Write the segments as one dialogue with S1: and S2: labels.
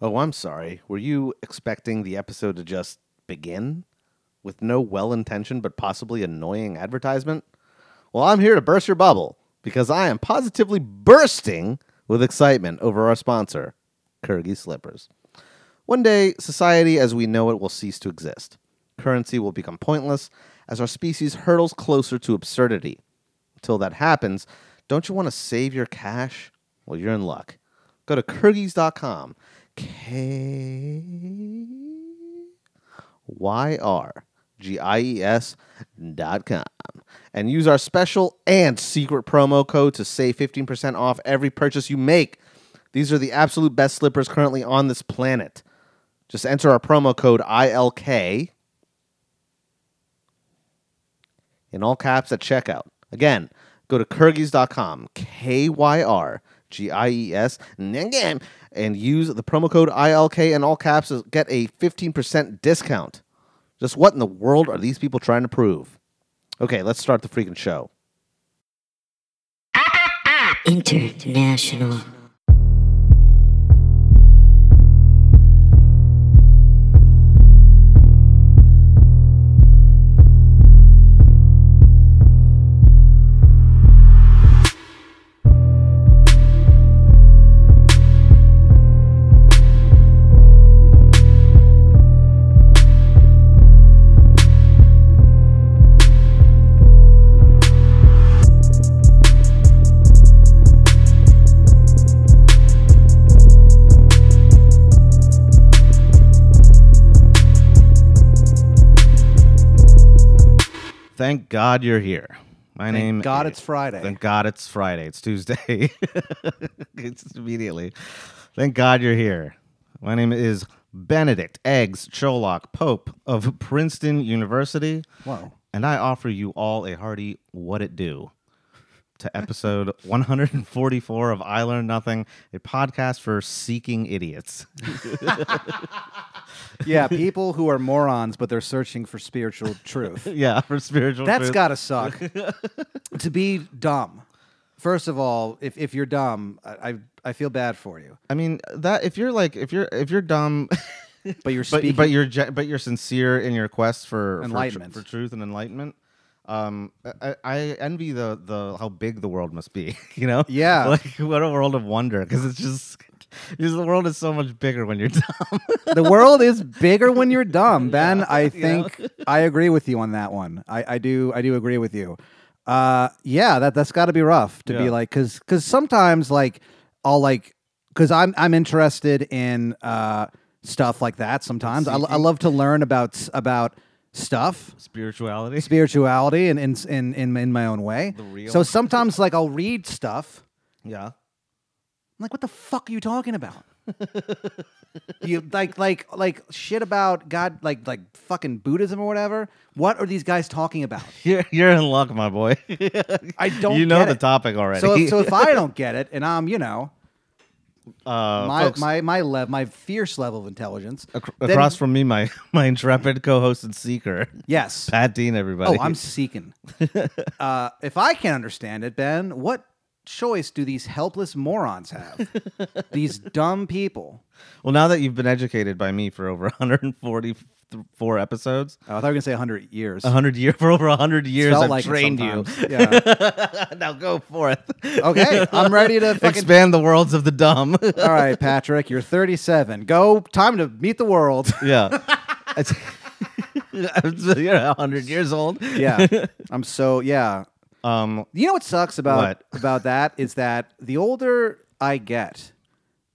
S1: Oh, I'm sorry. Were you expecting the episode to just begin? With no well intentioned but possibly annoying advertisement? Well, I'm here to burst your bubble because I am positively bursting with excitement over our sponsor, Kurgi Slippers. One day, society as we know it will cease to exist. Currency will become pointless as our species hurtles closer to absurdity. Until that happens, don't you want to save your cash? Well, you're in luck. Go to Kyrgyz.com. K Y R G I E S dot com and use our special and secret promo code to save 15% off every purchase you make. These are the absolute best slippers currently on this planet. Just enter our promo code ILK in all caps at checkout. Again, go to Kyrgyz.com, K Y R G I E S, again, and use the promo code ILK in all caps to get a 15% discount. Just what in the world are these people trying to prove? Okay, let's start the freaking show.
S2: International.
S1: Thank God you're here. My name.
S3: God
S1: is-
S3: it's Friday.
S1: Thank God it's Friday. It's Tuesday. it's immediately. Thank God you're here. My name is Benedict Eggs Cholock Pope of Princeton University,
S3: Wow.
S1: and I offer you all a hearty "What It Do" to episode 144 of I Learned Nothing, a podcast for seeking idiots.
S3: Yeah, people who are morons, but they're searching for spiritual truth.
S1: yeah, for spiritual.
S3: That's
S1: truth.
S3: got to suck. to be dumb. First of all, if, if you're dumb, I, I, I feel bad for you.
S1: I mean that if you're like if you're if you're dumb.
S3: But you're
S1: but
S3: speaking.
S1: but you're ge- but you're sincere in your quest for for tr-
S3: Enlightenment.
S1: for, truth and enlightenment. Um, I, I envy the the how big the world must be. You know,
S3: Yeah.
S1: like what a world of wonder because it's just because the world is so much bigger when you're dumb.
S3: the world is bigger when you're dumb, Ben. I think I agree with you on that one. I, I do I do agree with you. Uh, yeah, that that's got to be rough to
S1: Yeah.
S3: be like because because sometimes like I'll like because I'm I'm interested in uh, stuff like that. Sometimes I, lo- I
S1: Seeking.
S3: love to learn about s- about stuff
S1: Spirituality.
S3: spirituality and in in in, in my own way.
S1: The real.
S3: So sometimes like I'll read stuff.
S1: Yeah.
S3: I'm like, what the fuck are you talking about? you like like like shit about God like like fucking Buddhism or whatever. What are these guys talking about?
S1: You're, you're in luck, my boy.
S3: I don't.
S1: you know
S3: get
S1: the
S3: it.
S1: topic already.
S3: So if, so if I don't get it, and I'm you know
S1: uh,
S3: my
S1: folks,
S3: my my lev- my fierce level of intelligence
S1: ac-
S3: then-
S1: across from me, my my intrepid co-host and seeker,
S3: yes.
S1: Pat Dean. Everybody.
S3: Oh, I'm seeking. uh, if I can't understand it, Ben, what choice do these helpless morons have? these dumb people.
S1: Well, now that you've been educated by me for over 144 episodes,
S3: Oh, I thought you were gonna say 100 years.
S1: 100 year for over 100 years,
S3: Felt
S1: I've
S3: like it
S1: trained you.
S3: sometimes. Yeah.
S1: now go forth.
S3: Okay, I'm ready to fucking.
S1: Expand the worlds of the dumb.
S3: All right, Patrick, you're 37. Go, time to meet the world.
S1: yeah. It's- You're 100 years old.
S3: Yeah, I'm so yeah.
S1: Um,
S3: You know what sucks about
S1: What?
S3: about that is that the older I get,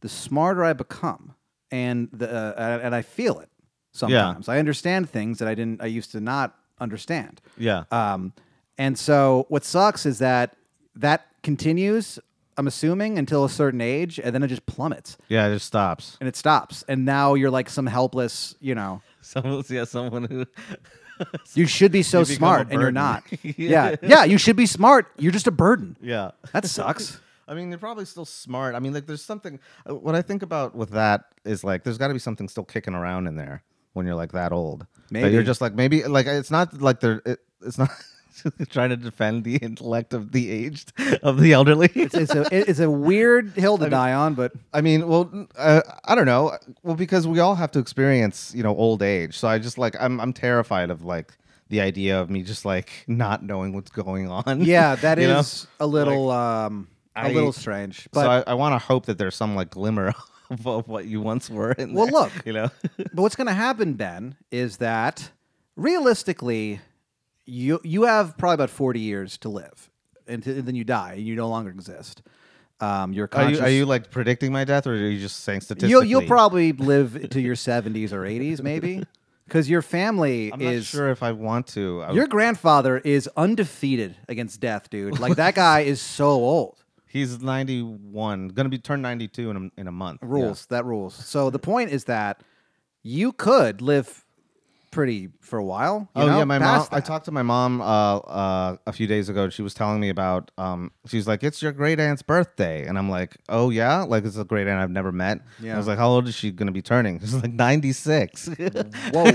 S3: the smarter I become, and the uh, and I feel it sometimes. I understand things that I didn't. I used to not understand.
S1: yeah.
S3: Um, and so what sucks is that that continues. I'm assuming until a certain age, and then it just plummets
S1: yeah, it just stops.
S3: and it stops. And now you're like some helpless, you know.
S1: Someone, yeah, someone who.
S3: You should be so
S1: You become
S3: smart,
S1: a
S3: and you're
S1: burden.
S3: not.
S1: Yeah.
S3: yeah. yeah, You should be smart. You're just a burden.
S1: yeah.
S3: That sucks.
S1: I mean, they're probably still smart. I mean, like, there's something. uh, What I think about with that is like, there's got to be something still kicking around in there when you're like that old. That
S3: Maybe.
S1: you're just like maybe like it's not like they're it, it's not. trying to defend the intellect of the aged, of the elderly.
S3: It's, it's a it's a weird hill to die on, but
S1: I mean, well, uh, I don't know. Well, because we all have to experience, you know, old age. So I just like I'm I'm terrified of like the idea of me just like not knowing what's going on.
S3: yeah, that
S1: You know?
S3: is a little um a
S1: I-
S3: little strange. But
S1: so I, I want to hope that there's some like glimmer of, of what you once were. In
S3: Well,
S1: there,
S3: look.
S1: you know,
S3: But what's going to happen, Ben, is that realistically, you you have probably about forty years to live, and, t- and then you die, and you no longer exist. Um, you're
S1: are
S3: conscious.
S1: you are you like predicting my death, or are you just saying statistically?
S3: will you'll probably live to your seventies or eighties, maybe, because your family
S1: I'm
S3: is.
S1: not sure if I want to. I,
S3: Your grandfather is undefeated against death, dude. Like that guy is so old.
S1: he's 91, gonna be turned 92 in a, in a month. Yeah.
S3: Rules that rules. So the point is that you could live pretty for a while. you
S1: oh
S3: know,
S1: yeah, my mom.
S3: past
S1: I
S3: that.
S1: talked to my mom uh, uh, a few days ago. and She was telling me about. Um, she's like, "It's your great aunt's birthday," and I'm like, "Oh yeah, like it's a great aunt I've never met." And
S3: Yeah.
S1: I was like, "How old is she gonna be turning?" She's like, "96." and
S3: Whoa,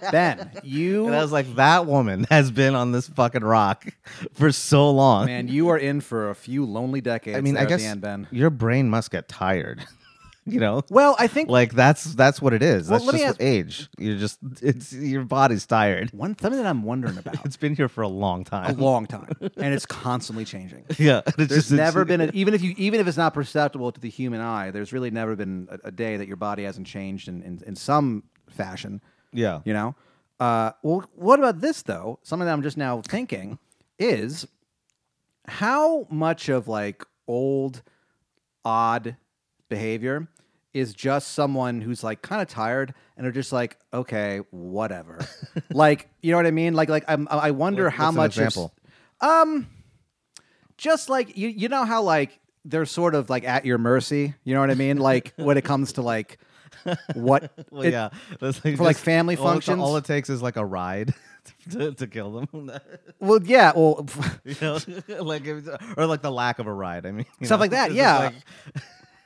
S3: Ben, you
S1: I was like, "That woman has been on this fucking rock for so long."
S3: man, you are in for a few lonely decades.
S1: I mean,
S3: there
S1: I
S3: at the
S1: guess
S3: end, Ben.
S1: your brain must get tired. you know,
S3: Well, I think
S1: like that's that's what it is.
S3: Well,
S1: that's
S3: let me
S1: just
S3: ask-
S1: age. You're just it's your body's tired.
S3: one something that I'm wondering about
S1: It's been here for a long
S3: a
S1: time.
S3: long time, and it's constantly changing.
S1: yeah, it's
S3: There's
S1: just- it's-
S3: never been a, even if you even if it's not perceptible to the human eye, there's really never been a, a day that your body hasn't changed in, in, in some fashion.
S1: Yeah.
S3: You know? Uh, well, what about this, though? Something that I'm just now thinking is how much of like old, odd behavior is just someone who's like kind of tired and are just like, okay, whatever. like, you know what I mean? Like, like I'm, I wonder
S1: What-
S3: how
S1: what's an
S3: much. of s-
S1: example?
S3: um, just like you, you know how like they're sort of like at your mercy. You know what I mean? Like when it comes to like what
S1: Well,
S3: it-
S1: yeah, That's like
S3: for, like, family
S1: all it-
S3: functions?
S1: all it takes is like a ride to, to kill them.
S3: Well, yeah. Well,
S1: you know, like if it's- or like the lack of a ride. I mean, you
S3: Stuff
S1: know?
S3: like that,
S1: It's just
S3: yeah.
S1: like-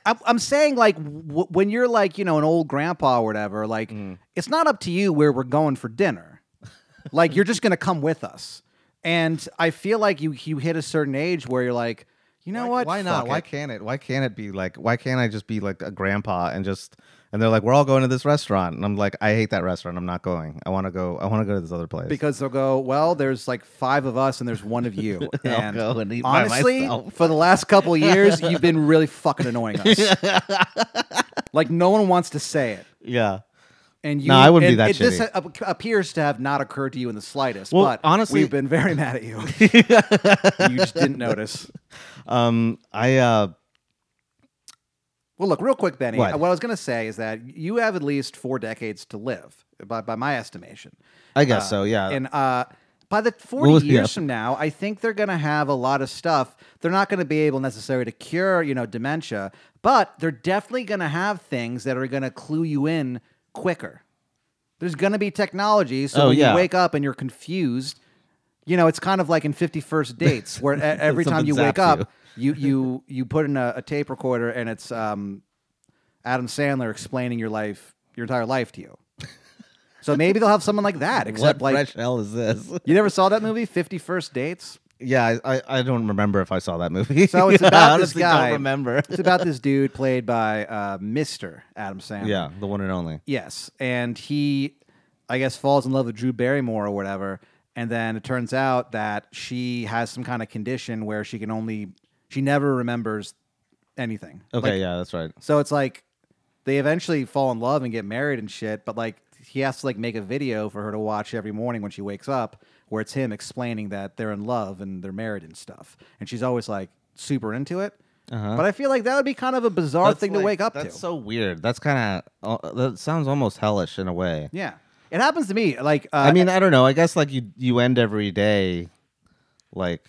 S3: I'm, I'm saying like w- when you're like you know an old grandpa or whatever, like
S1: Mm-hmm.
S3: it's not up to you where we're going for dinner. like you're just gonna come with us, and I feel like you you hit a certain age where you're like, you know
S1: why,
S3: what?
S1: Why not?
S3: Fuck
S1: Why
S3: it.
S1: can't it? Why can't it be like? Why can't I just be like a grandpa and just? And they're like, we're all going to this restaurant, and I'm like, I hate that restaurant. I'm not going. I want to go. I want to go to this other place.
S3: Because they'll go, well, there's like five of us and there's one of you.
S1: I'll
S3: And
S1: go and eat by
S3: honestly,
S1: myself.
S3: for the last couple of years, you've been really fucking annoying us. like no one wants to say it.
S1: yeah.
S3: And you,
S1: No, I wouldn't be
S3: and
S1: that
S3: it- This
S1: shitty.
S3: ap- appears to have not occurred to you in the slightest.
S1: Well,
S3: but
S1: honestly-
S3: we've been very mad at you. you just didn't notice.
S1: Um. I uh.
S3: Well, look, real quick, Benny.
S1: What?
S3: What, I was going to say is that you have at least four decades to live, by, by my estimation.
S1: I guess so. Yeah.
S3: And uh, by the 40
S1: Well, yeah.
S3: years from now, I think they're going to have a lot of stuff. They're not going to be able necessarily to cure, you know, dementia, but they're definitely going to have things that are going to clue you in quicker. There's going to be technology. So
S1: Oh,
S3: when
S1: yeah.
S3: you wake up and you're confused, you know, it's kind of like in 51st Dates, where e- every time
S1: Something
S3: you wake
S1: zaps
S3: up, you, you, you put in a, a tape recorder and it's um, Adam Sandler explaining your life, your entire life to you. So maybe they'll have someone like that, except
S1: what
S3: like
S1: fresh hell is this?
S3: you never saw that movie, Fifty First Dates?
S1: Yeah, I, I, I don't remember if I saw that movie.
S3: So it's
S1: I
S3: about this
S1: honestly
S3: guy.
S1: don't remember.
S3: It's about this dude played by uh, Mr. Adam Sandler.
S1: Yeah, the one and only.
S3: Yes. And he, I guess, falls in love with Drew Barrymore or whatever. And then it turns out that she has some kind of condition where she can only, she never remembers anything.
S1: Okay,
S3: Like,
S1: yeah, that's right.
S3: So it's like they eventually fall in love and get married and shit, but like he has to like make a video for her to watch every morning when she wakes up where it's him explaining that they're in love and they're married and stuff. And she's always like super into it.
S1: Uh-huh.
S3: But I feel like that would be kind of a bizarre thing to wake up
S1: that's
S3: to.
S1: so weird. That's kind of uh, that sounds almost hellish in a way.
S3: yeah. It happens to me. Like uh,
S1: I mean, I don't know. I guess like you you end every day like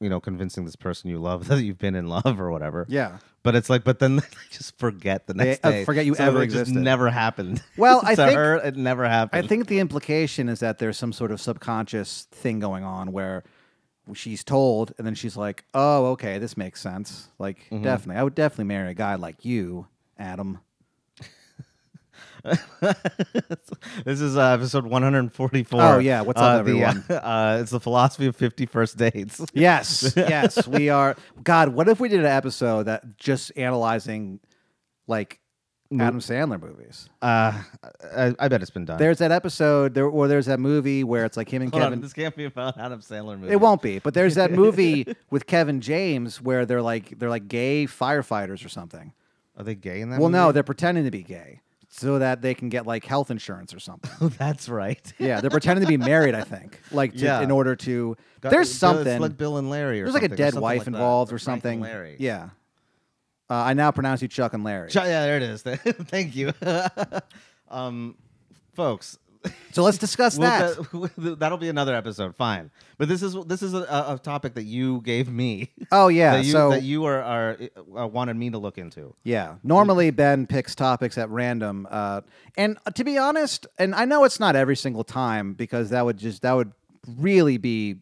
S1: you know convincing this person you love that you've been in love or whatever.
S3: yeah.
S1: But it's like, but then they just forget the next
S3: uh,
S1: day.
S3: forget you
S1: So
S3: ever
S1: it just
S3: existed.
S1: Never happened.
S3: Well, I
S1: to
S3: think-
S1: her, it never
S3: I
S1: happened.
S3: think the implication is that there's some sort of subconscious thing going on where she's told, and then she's like, "Oh, okay, this makes sense."
S1: Mm-hmm.
S3: Like, definitely, I would definitely marry a guy like you, Adam.
S1: this is uh, episode 144.
S3: Oh, yeah. What's up,
S1: Uh, the,
S3: everyone?
S1: uh, uh, it's the philosophy of 51st dates.
S3: Yes, yes, we are. God, what if we did an episode that just analyzing like Adam Sandler movies?
S1: Uh, I, I bet it's been done.
S3: There's that episode, there or there's that movie where it's like him and
S1: Hold on,
S3: Kevin.
S1: this can't be about Adam Sandler movie.
S3: it won't be, but there's that movie with Kevin James where they're like they're like gay firefighters or something.
S1: Are they gay in that?
S3: Well, no,
S1: movie?
S3: they're pretending to be gay so that they can get like health insurance or something.
S1: no, that's right.
S3: Yeah, they're pretending to be married. I think, like, to,
S1: Yeah.
S3: in order to.
S1: Got-
S3: there's
S1: Bill- it's
S3: something.
S1: like Bill and Larry. Or
S3: there's like a
S1: something, or
S3: dead
S1: something
S3: wife
S1: like that.
S3: involved or
S1: Frank and
S3: something.
S1: Larry.
S3: Yeah. Uh, I now pronounce you Chuck and Larry.
S1: Ch- yeah, there it is. Thank you, um, folks.
S3: So let's discuss that.
S1: We'll- that'll be another episode. Fine, but this is this is a, a topic that you gave me.
S3: oh yeah.
S1: that you,
S3: so
S1: that you are, are uh, wanted me to look into.
S3: yeah. Normally Ben picks topics at random, uh, and to be honest, and I know it's not every single time because that would just that would really be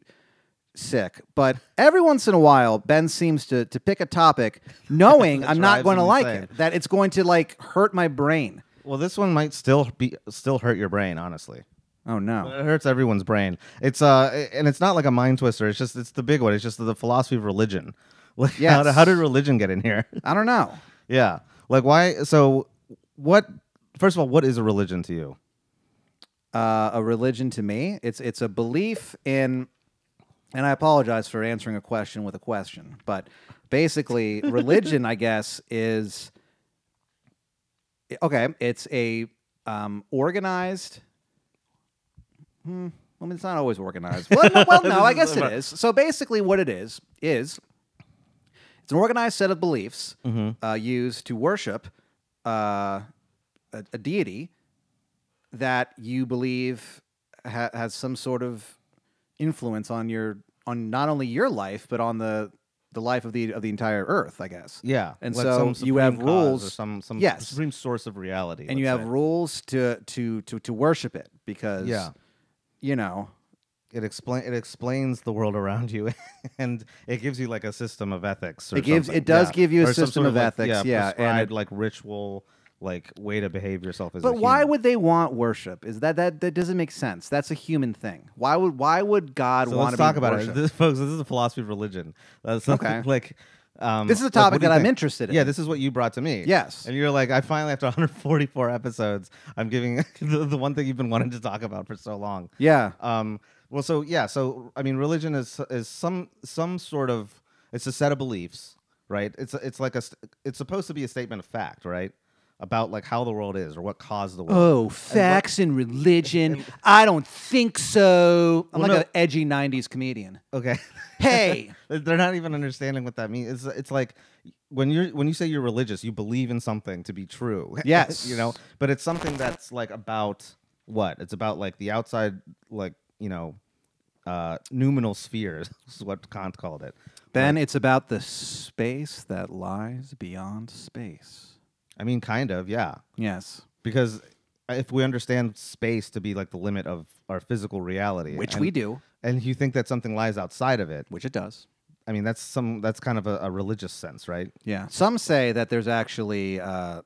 S3: sick. But every once in a while, Ben seems to to pick a topic, knowing I'm not
S1: drives
S3: going to
S1: him
S3: like
S1: insane.
S3: it, that it's going to like hurt my brain.
S1: Well, this one might still be still hurt your brain, honestly.
S3: Oh no.
S1: It hurts everyone's brain. It's uh, and it's not like a mind twister. It's just it's the big one. It's just the philosophy of religion. Like, how,
S3: Yes.
S1: how did religion get in here?
S3: I don't know.
S1: yeah, like why? So, what? First of all, what is a religion to you?
S3: uh, a religion to me. It's it's a belief in, and I apologize for answering a question with a question, but basically, religion, I guess, is okay. It's a um, organized. Hmm, I mean, it's not always organized. Well, no, well, no I guess it is. So basically, what it is is it's an organized set of beliefs uh, used to worship uh, a, a deity that you believe ha- has some sort of influence on your on not only your life but on the the life of the of the entire earth, I guess.
S1: Yeah,
S3: And so you
S1: supreme
S3: have
S1: cause or
S3: rules-
S1: some some
S3: yes.
S1: supreme source of reality,
S3: and you
S1: let's
S3: have
S1: say.
S3: rules to to to to worship it because
S1: Yeah.
S3: you know
S1: it explain it explains the world around you, and it gives you like a system of ethics. Or
S3: It gives-
S1: something.
S3: it does
S1: Yeah.
S3: give you a
S1: Or some
S3: system
S1: sort
S3: of
S1: like,
S3: ethics, yeah, and it-
S1: prescribed, like ritual, like way to behave yourself as. a
S3: but why
S1: human.
S3: would they want worship is that that that doesn't make sense that's a human thing why would why would god
S1: So
S3: want
S1: let's
S3: to
S1: talk
S3: be
S1: about
S3: worshiped?
S1: it, this, folks. This is the philosophy of religion. That's something
S3: Okay.
S1: Like, um,
S3: This is a
S1: like,
S3: topic
S1: what do you
S3: that I'm
S1: think?
S3: interested in.
S1: Yeah, this is what you brought to me.
S3: Yes.
S1: and you're like, I finally, after 144 episodes, I'm giving the, the one thing you've been wanting to talk about for so long.
S3: yeah
S1: Um, well, so yeah, so I mean, religion is is some some sort of it's a set of beliefs, right? It's it's like a st- it's supposed to be a statement of fact, right? About like how the world is or what caused the world.
S3: oh facts and, religion i don't think so i'm
S1: Well,
S3: like
S1: no.
S3: an edgy 90s comedian
S1: Okay,
S3: hey
S1: they're not even understanding what that means. It's it's like when you're when you say you're religious, you believe in something to be true.
S3: Yes.
S1: you know, but it's something that's like about what? It's about like the outside, like you know, uh, noumenal spheres is what Kant called it.
S3: ben it's about the space that lies beyond space
S1: I mean, kind of, yeah.
S3: yes
S1: because if we understand space to be like the limit of our physical reality,
S3: which
S1: and,
S3: we do
S1: and you think that something lies outside of it,
S3: which it does
S1: I mean, that's some that's kind of a, a religious sense, right?
S3: Yeah. Some say that there's actually uh,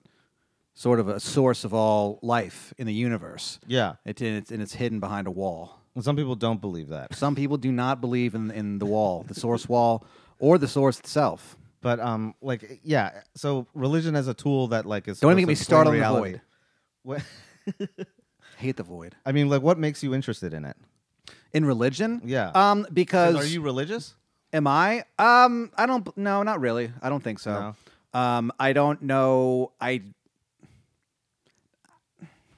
S3: sort of a source of all life in the universe.
S1: Yeah,
S3: It, and, it's, and it's hidden behind a wall.
S1: and some people don't believe that,
S3: Some people do not believe in, in the wall, the source wall, or the source itself.
S1: but um, like yeah, so religion as a tool that like is
S3: Don't even
S1: supposed
S3: get me
S1: to
S3: started on
S1: explain
S3: the
S1: reality.
S3: void.
S1: What,
S3: Hate the void.
S1: I mean, like, what makes you interested in it?
S3: In religion?
S1: Yeah.
S3: Um, because
S1: Are you religious?
S3: Am I? Um, I don't. b- No, not really. I don't think so. Um, I don't know. I.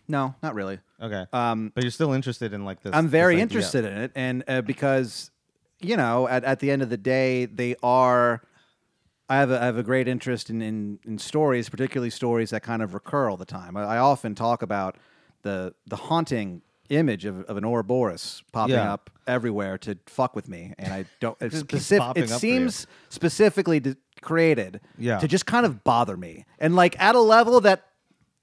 S3: No, not really.
S1: Okay,
S3: Um,
S1: but you're still interested in like this.
S3: I'm
S1: this
S3: very
S1: idea.
S3: interested in it, and uh, because you know, at, at the end of the day, they are. I have a, I have a great interest in, in in stories, particularly stories that kind of recur all the time. I, I often talk about the the haunting image of, of an Ouroboros popping
S1: Yeah.
S3: up everywhere to fuck with me, and I don't. It's
S1: Just keeps
S3: specific.
S1: popping
S3: It
S1: up for you.
S3: seems specifically de- created
S1: Yeah.
S3: to just kind of bother me, and like at a level that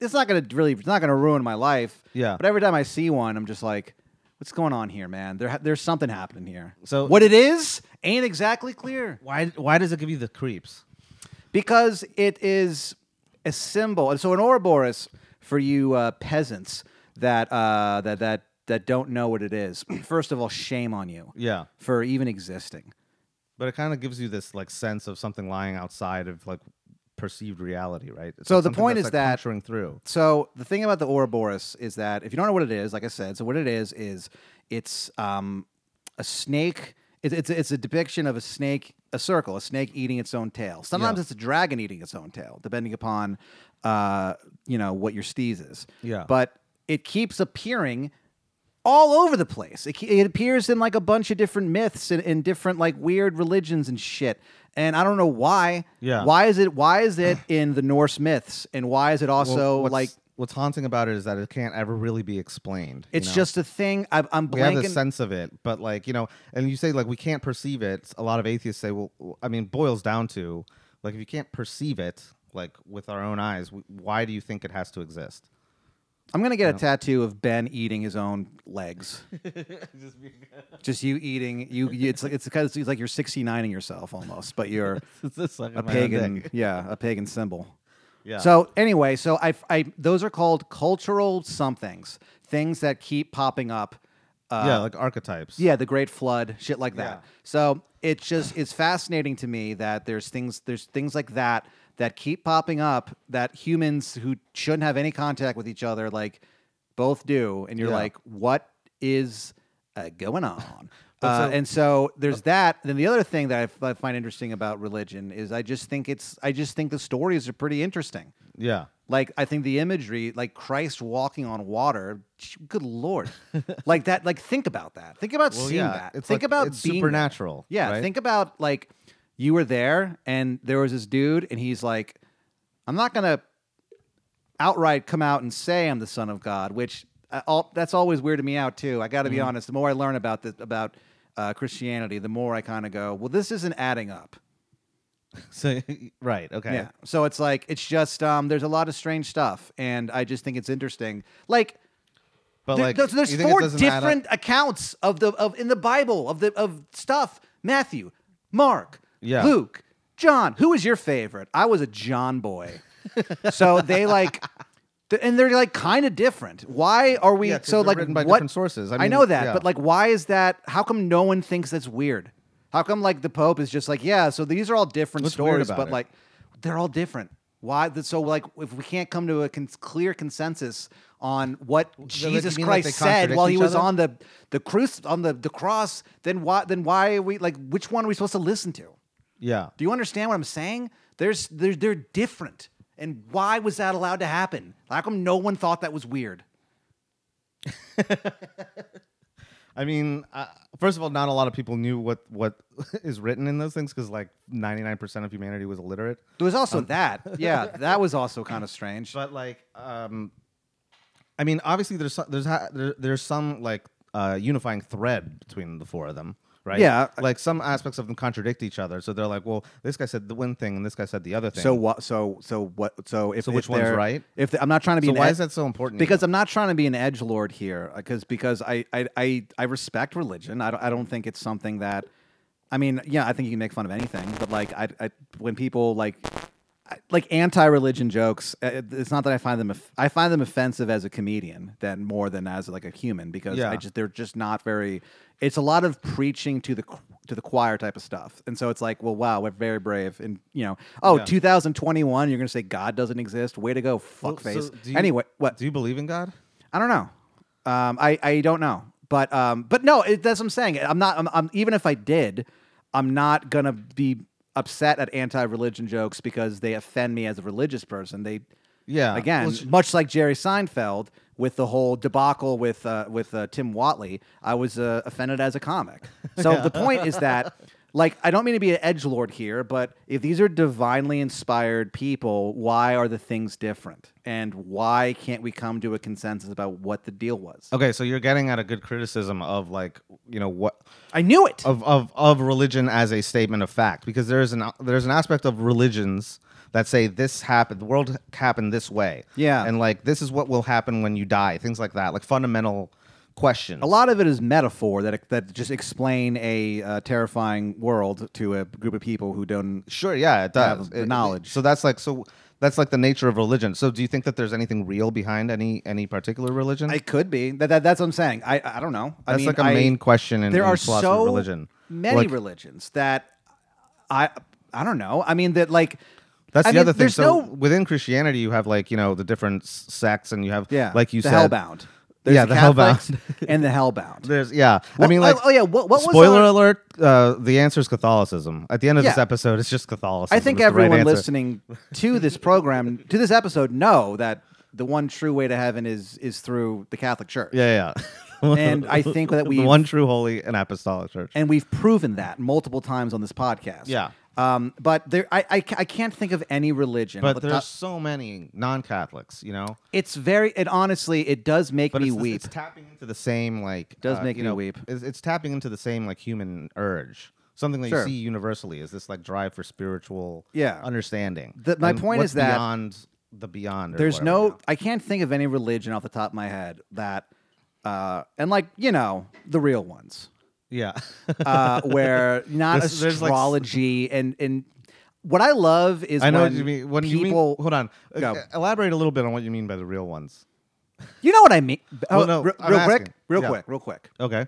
S3: it's not gonna really, it's not gonna ruin my life.
S1: Yeah.
S3: But every time I see one, I'm just like, what's going on here, man? There, ha- there's something happening here.
S1: So-
S3: what it is ain't exactly clear
S1: Why? Why does it give you the creeps?
S3: because it is a symbol. And so an Ouroboros, for you uh, peasants that uh, that that that don't know what it is. First of all, shame on you
S1: Yeah.
S3: for even existing.
S1: But it kind of gives you this like sense of something lying outside of like perceived reality, right? It's
S3: So
S1: like
S3: the
S1: something
S3: point
S1: that's,
S3: is
S1: like,
S3: that-
S1: puncturing through.
S3: So the thing about the Ouroboros is that if you don't know what it is, like I said, so what it is is it's um, a snake. It's, it's it's a depiction of a snake, a circle, a snake eating its own tail. Sometimes it's a dragon eating its own tail, depending upon uh, you know what your steez is.
S1: Yeah.
S3: But it keeps appearing all over the place. It, it appears in like a bunch of different myths and, and different like weird religions and shit. And I don't know why.
S1: Yeah.
S3: Why is it? Why is it in the Norse myths? And why is it also
S1: Well, what's,
S3: like?
S1: what's haunting about it is that it can't ever really be explained. you
S3: It's
S1: know?
S3: just a thing. I, I'm
S1: we have this
S3: blanking.
S1: sense of it, but like you know, and you say like we can't perceive it. A lot of atheists say, well, I mean, boils down to like if you can't perceive it, like with our own eyes, w- why do you think it has to exist?
S3: I'm gonna get a tattoo of Ben eating his own legs. just you eating you. you- It's like it's because it's like you're 69ing yourself almost, but you're a pagan. Yeah, a pagan symbol.
S1: Yeah.
S3: So anyway, so I, I those are called cultural somethings, things that keep popping up. Uh,
S1: yeah, like archetypes.
S3: Yeah, the Great Flood, shit like that.
S1: Yeah.
S3: So it's just it's fascinating to me that there's things there's things like that that keep popping up that humans who shouldn't have any contact with each other like both do, and you're
S1: Yeah.
S3: like, what is uh, going on?
S1: But
S3: Uh,
S1: so- Oh.
S3: and so there's that. Then the other thing that I f- I find interesting about religion is I just think it's I just think the stories are pretty interesting.
S1: Yeah.
S3: Like I think the imagery, like Christ walking on water, sh- good lord, like that. Like think about that. Think about
S1: Well,
S3: seeing
S1: yeah,
S3: that.
S1: it's
S3: think
S1: like-
S3: about
S1: it's
S3: being there.
S1: supernatural,
S3: Yeah,
S1: right?
S3: think about like you were there, and there was this dude, and he's like, "I'm not gonna outright come out and say I'm the son of God," which uh, all, that's always weirded me out too. I got to
S1: Mm-hmm.
S3: be honest. The more I learn about this about uh, Christianity, the more I kind of go, "Well, this isn't adding up."
S1: So right. Okay.
S3: Yeah. So it's like it's just um, there's a lot of strange stuff, and I just think it's interesting. Like,
S1: But
S3: there-
S1: like,
S3: there's, there's
S1: you think it
S3: four
S1: doesn't add up?
S3: different accounts of the of in the Bible of the of stuff. Matthew, Mark,
S1: Yeah.
S3: Luke, John. Who is your favorite? I was a John boy. so they like. th- And they're like kind of different. Why are we
S1: Yeah, 'cause
S3: so
S1: they're
S3: like
S1: written by
S3: what
S1: different sources. I
S3: I,
S1: mean,
S3: know that,
S1: yeah.
S3: but like, why is that? How come no one thinks that's weird? How come like the Pope is just like, yeah, so these are all different
S1: What's weird
S3: stories,
S1: about
S3: but
S1: it?
S3: like they're all different. Why? th- So like, if we can't come to a con- clear consensus on what
S1: you
S3: Jesus
S1: mean, like,
S3: Christ
S1: they
S3: said
S1: contradict
S3: while he
S1: each
S3: was
S1: other?
S3: on the the cruise on the the cross, then why then why are we like which one are we supposed to listen to?
S1: Yeah.
S3: Do you understand what I'm saying? There's they're they're different, and why was that allowed to happen? How come no one thought that was weird?
S1: I mean, uh, first of all, not a lot of people knew what what is written in those things because like ninety nine percent of humanity was illiterate.
S3: There was
S1: Um,
S3: also that, yeah, that was also kind of strange.
S1: But like, um, I mean, obviously there's so- there's ha- there, there's some like uh, unifying thread between the four of them, right?
S3: Yeah.
S1: Like some aspects of them contradict each other, so they're like, well, this guy said the one thing and this guy said the other thing.
S3: So what? So so what? So if
S1: So
S3: if
S1: which one's
S3: they're-
S1: right?
S3: If the- I'm not trying to be,
S1: So
S3: an
S1: why
S3: ed-
S1: is that so important?
S3: Because I'm not trying to be an edge lord here, because because I I, I I respect religion. I don't, I don't think it's something that, I mean, yeah, I think you can make fun of anything, but like I, I when people like I- like anti-religion jokes, uh, it- it's not that I find them off- I find them offensive as a comedian than more than as like a human because I
S1: Yeah.
S3: just they're just not very. It's a lot of preaching to the ch- to the choir type of stuff, and so it's like, well, wow, we're very brave, and you know, oh,
S1: Yeah.
S3: 2021, you're gonna say God doesn't exist? Way to go,
S1: Well,
S3: fuckface. face.
S1: so do you-
S3: anyway, what?
S1: do you believe in God?
S3: I don't know. Um, I I don't know, but um, but no, it, that's what I'm saying. I'm not. I'm, I'm even if I did, I'm not gonna be upset at anti-religion jokes because they offend me as a religious person. They
S1: Yeah.
S3: again,
S1: Well, sh-
S3: much like Jerry Seinfeld with the whole debacle with uh, with uh, Tim Watley, I was uh, offended as a comic. So the point is that, like, I don't mean to be an edge lord here, but if these are divinely inspired people, why are the things different, and why can't we come to a consensus about what the deal was?
S1: Okay, so you're getting at a good criticism of like you know what
S3: I knew it.
S1: of of of religion as a statement of fact because there is an there's an aspect of religions that say this happened the world happened this way
S3: Yeah.
S1: and like this is what will happen when you die things like that like fundamental questions
S3: A lot of it is metaphor that that just explain a uh, terrifying world to a group of people who don't
S1: sure yeah it
S3: Yeah,
S1: does
S3: the
S1: It-
S3: knowledge.
S1: so that's like so that's like the nature of religion. So, do you think that there's anything real behind any any particular religion?
S3: I could be. That, that that's what I'm saying. I I don't know. I
S1: that's
S3: mean,
S1: like a
S3: I-
S1: main question in,
S3: There
S1: in
S3: are
S1: philosophy
S3: so
S1: of religion.
S3: many
S1: Like,
S3: religions that I I don't know. I mean that like
S1: That's
S3: I
S1: the
S3: mean,
S1: other thing.
S3: There's
S1: So
S3: no
S1: within Christianity, you have like you know the different s- sects, and you have
S3: yeah,
S1: like you
S3: the
S1: said,
S3: hellbound. There's
S1: Yeah,
S3: the,
S1: the hellbound.
S3: Catholics and the hellbound.
S1: There's yeah. I
S3: Well,
S1: mean, like
S3: oh, oh, yeah, what- what was
S1: spoiler
S3: our-
S1: alert? Uh, the answer is Catholicism. At the end of this
S3: Yeah.
S1: episode, it's just Catholicism.
S3: I
S1: It's
S3: think
S1: the right
S3: everyone
S1: answer.
S3: listening to this program, to this episode, know that the one true way to heaven is is through the Catholic Church.
S1: Yeah, yeah.
S3: And I think that
S1: The
S3: we've-
S1: one true holy and apostolic church.
S3: and we've proven that multiple times on this podcast.
S1: Yeah.
S3: Um, but there, I, I, ca- I can't think of any religion.
S1: but
S3: off the
S1: there's
S3: top-
S1: so many non-Catholics, you know.
S3: it's very, it honestly, it does make
S1: But
S3: me
S1: it's,
S3: weep.
S1: it's tapping into the same like uh,
S3: Does make
S1: you
S3: me
S1: know,
S3: weep.
S1: It's, it's tapping into the same like human urge. Something that
S3: Sure.
S1: you see universally is this like drive for spiritual
S3: Yeah.
S1: understanding.
S3: The- my
S1: And
S3: point
S1: what's
S3: is that
S1: beyond the beyond. or
S3: there's
S1: whatever,
S3: no,
S1: you know?
S3: I can't think of any religion off the top of my head that, uh, and like you know, the real ones,
S1: yeah.
S3: uh, where not
S1: There's- there's like s-
S3: astrology and and what I love is
S1: I know
S3: when
S1: what you mean. What
S3: people,
S1: do you mean? Hold on. Uh,
S3: Go.
S1: uh, Elaborate a little bit on what you mean by the real ones.
S3: You know what I mean? Oh,
S1: Well, no,
S3: re-
S1: I'm
S3: real quick,
S1: asking.
S3: real
S1: Yeah.
S3: quick, real quick.
S1: Okay.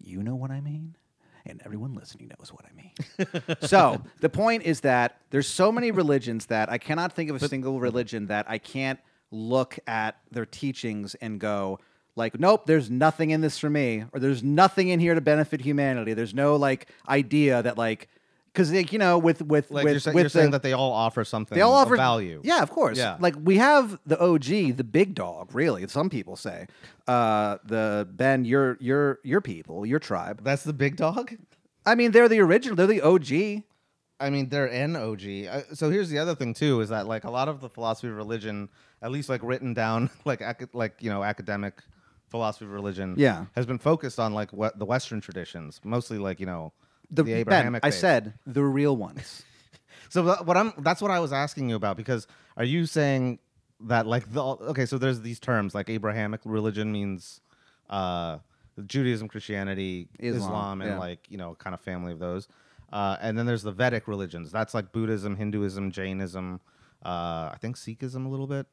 S3: you know what I mean, and everyone listening knows what I mean. so the point is that there's so many religions that I cannot think of a single religion that I can't look at their teachings and go like, nope, there's nothing in this for me, or there's nothing in here to benefit humanity. There's no like idea that like, because like, you know, with with
S1: Like
S3: with,
S1: you're, sa-
S3: with
S1: you're saying
S3: the-
S1: that they all offer something.
S3: they all
S1: of
S3: offer
S1: value.
S3: Yeah, of course.
S1: Yeah.
S3: Like we have the OG, the big dog, really. Some people say, uh, the Ben, your your your people, your tribe.
S1: That's the big dog.
S3: I mean, they're the original. They're the OG.
S1: I mean, they're an OG. Uh, so here's the other thing too: is that like a lot of the philosophy of religion, at least like written down, like ac- like you know academic philosophy of religion,
S3: Yeah.
S1: has been focused on like what the Western traditions, mostly like you know
S3: The,
S1: the,
S3: Ben,
S1: Abrahamic.
S3: I
S1: faith.
S3: said the real ones.
S1: So tha- what I'm that's what I was asking you about because are you saying that like the okay so there's these terms like Abrahamic religion means uh Judaism, Christianity,
S3: Islam,
S1: Islam, and
S3: yeah.
S1: like you know kind of family of those. Uh, and then there's the Vedic religions. That's like Buddhism, Hinduism, Jainism, uh, I think Sikhism a little bit.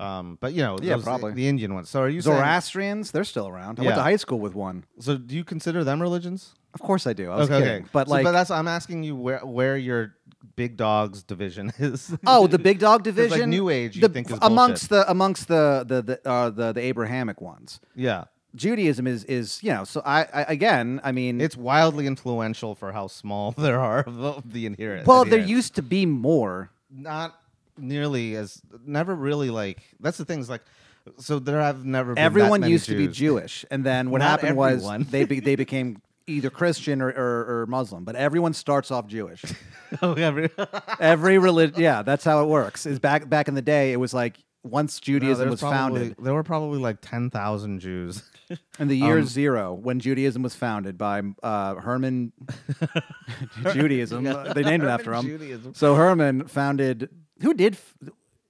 S1: Um, but you know,
S3: Yeah,
S1: those-
S3: probably.
S1: the Indian ones. So are you saying,
S3: Zoroastrians, they're still around. I
S1: Yeah.
S3: went to high school with one.
S1: so do you consider them religions?
S3: Of course I do. I was kidding. But
S1: So-
S3: like,
S1: but that's I'm asking you where where your big dog's division is.
S3: oh, the big dog
S1: 'Cause,
S3: division.
S1: like New Age, you
S3: the-
S1: think is
S3: amongst the amongst the the the, uh, the the Abrahamic ones.
S1: yeah,
S3: Judaism is is you know. So I, I again, I mean,
S1: it's wildly influential for how small there are of the, of the inherent.
S3: well, there
S1: adherents.
S3: used to be more.
S1: not nearly as never really like that's the thing is like so there have never been that
S3: Everyone
S1: many
S3: used to be
S1: Jews.
S3: Jewish, and then what
S1: Not
S3: happened
S1: everyone.
S3: was they be, they became either Christian or, or, or Muslim. But everyone starts off Jewish.
S1: Oh, every-
S3: Every religion, yeah, that's how it works. Is back back in the day, it was like once
S1: No,
S3: Judaism
S1: there's
S3: was
S1: probably-
S3: founded
S1: There were probably like ten thousand Jews.
S3: in the
S1: um,
S3: year zero when Judaism was founded by uh, Herman Judaism. uh, They named it
S1: Herman
S3: after him.
S1: Judaism.
S3: So Herman founded. Who did? f-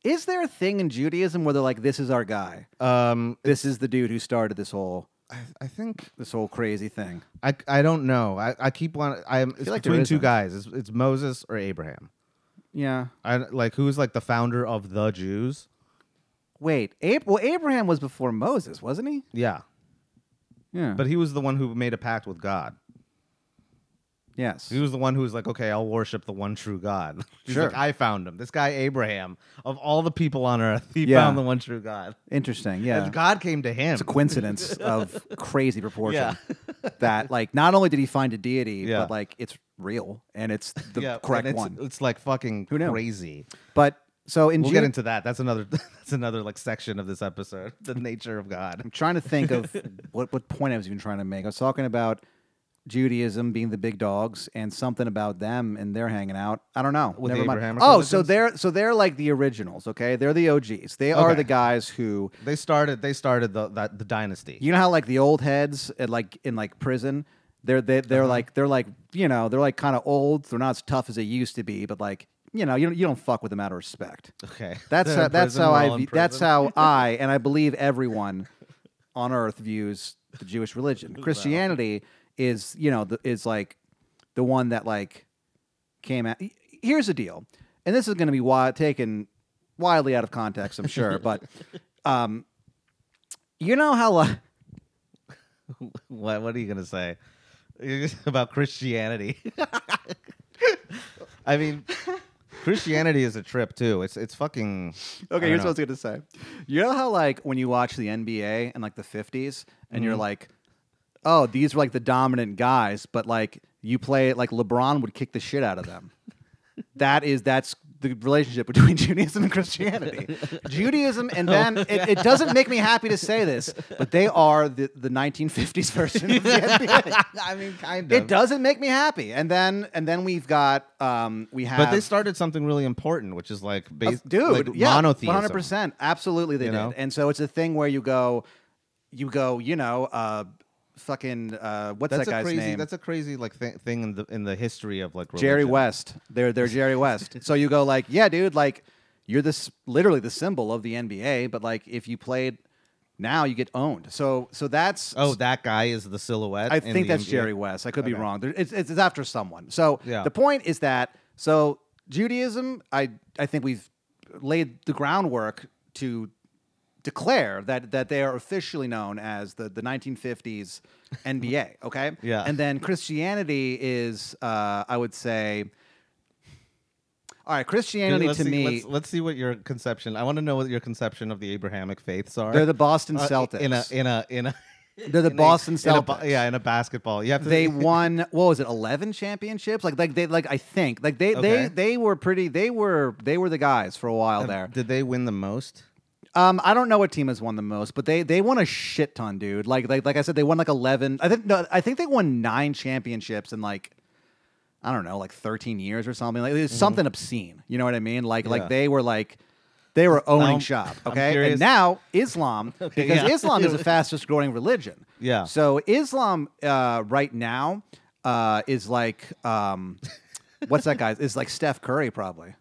S3: Is there a thing in Judaism where they're like, "This is our guy.
S1: um,
S3: This is the dude who started this whole
S1: I, I think
S3: this whole crazy thing."
S1: I, I don't know. I, I keep wanting. I'm it's
S3: like there
S1: between two
S3: isn't.
S1: guys. It's, it's Moses or Abraham.
S3: Yeah.
S1: I like who's like the founder of the Jews.
S3: Wait. Ab- well, Abraham was before Moses, wasn't he?
S1: Yeah,
S3: Yeah.
S1: but he was the one who made a pact with God.
S3: yes.
S1: He was the one who was like, okay, I'll worship the one true God. He's
S3: Sure.
S1: like, I found him. This guy Abraham, of all the people on earth, he
S3: Yeah.
S1: found the one true God.
S3: Interesting. Yeah.
S1: And God came to him.
S3: It's a coincidence of crazy proportion. that like not only did he find a deity,
S1: Yeah.
S3: but like it's real and it's the
S1: Yeah, and
S3: correct
S1: it's,
S3: one.
S1: It's like fucking
S3: knew?
S1: crazy.
S3: But so in
S1: We'll
S3: Ju-
S1: get into that. That's another. That's another like section of this episode. The nature of God.
S3: I'm trying to think of what what point I was even trying to make. I was talking about Judaism being the big dogs and something about them and they're hanging out. I don't know.
S1: With the
S3: Never mind.
S1: Abrahamic
S3: Oh, so
S1: religions?
S3: they're so they're like the originals, okay? They're the OGs. They are
S1: Okay.
S3: the guys who
S1: They started. They started the that, the dynasty.
S3: You know how like the old heads at like in like prison, they're they,
S1: Uh-huh.
S3: they're like they're like you know they're like kind of old. They're not as tough as they used to be, but like you know you don't, you don't fuck with them out of respect.
S1: Okay.
S3: That's
S1: They're in
S3: how, that's
S1: prison,
S3: how
S1: we're
S3: I
S1: all in
S3: view- that's
S1: prison.
S3: how I and I believe everyone on earth views the Jewish religion. Christianity is you know the, is like the one that like came out. Here's the deal: and this is going to be wi- taken wildly out of context, I'm sure, but um, you know how li-
S1: What, what are you gonna say about Christianity? I mean, Christianity is a trip too. It's it's fucking
S3: Okay,
S1: I
S3: here's
S1: don't
S3: what I was gonna say. You know how like when you watch the NBA in like the '50s, and you're like, "Oh, these were like the dominant guys," but like you play like LeBron would kick the shit out of them. that is that's the relationship between Judaism and Christianity. Judaism and then it, it doesn't make me happy to say this, but they are the, the 1950s version of the NBA.
S1: I mean, kind of.
S3: It doesn't make me happy. And then and then we've got um we have
S1: But they started something really important, which is like
S3: uh,
S1: base,
S3: dude,
S1: like
S3: yeah,
S1: monotheism.
S3: 100%. Absolutely, they
S1: You
S3: did.
S1: know?
S3: And so it's a thing where you go, you go, you know, uh, fucking, uh, what's
S1: That's
S3: that
S1: a
S3: guy's
S1: crazy.
S3: name?
S1: That's a crazy like th- thing in the in the history of like religion.
S3: Jerry West. They're they're Jerry West. so you go like, yeah, dude, like you're this literally the symbol of the NBA, but like if you played now, you get owned. So so that's
S1: Oh, that guy is the silhouette.
S3: I
S1: in
S3: think
S1: the
S3: that's
S1: NBA.
S3: Jerry West. I could be
S1: Okay.
S3: wrong. There, it's, it's it's after someone. So
S1: Yeah.
S3: the point is that so Judaism, I I think we've laid the groundwork to declare that that they are officially known as the the 1950s NBA. Okay.
S1: Yeah.
S3: And then Christianity is, uh, I would say. All right,
S1: Dude,
S3: Christianity
S1: let's
S3: to
S1: see,
S3: me,
S1: let's, let's see what your conception. I want to know what your conception of the Abrahamic faiths are.
S3: they're the Boston
S1: Uh,
S3: Celtics.
S1: in a in a in a.
S3: they're the
S1: in a-
S3: Boston
S1: in a
S3: Celtics.
S1: ba- yeah, in a basketball. You have to.
S3: they won what was it 11 championships like like they like i think like they
S1: Okay.
S3: they they were pretty they were they were the guys for a while there
S1: Did they win the most?
S3: um i don't know what team has won the most but they they won a shit ton dude like like like i said they won like 11 i think no i think they won 9 championships in like i don't know like 13 years or something like it was something obscene you know what i mean like
S1: Mm-hmm. Yeah.
S3: like they were like they were owning
S1: I'm-
S3: shop
S1: I'm
S3: okay
S1: curious.
S3: and now islam because
S1: yeah.
S3: islam is the fastest growing religion
S1: Yeah.
S3: so Islam uh, right now uh, is like um, what's that guy's is like Steph Curry probably,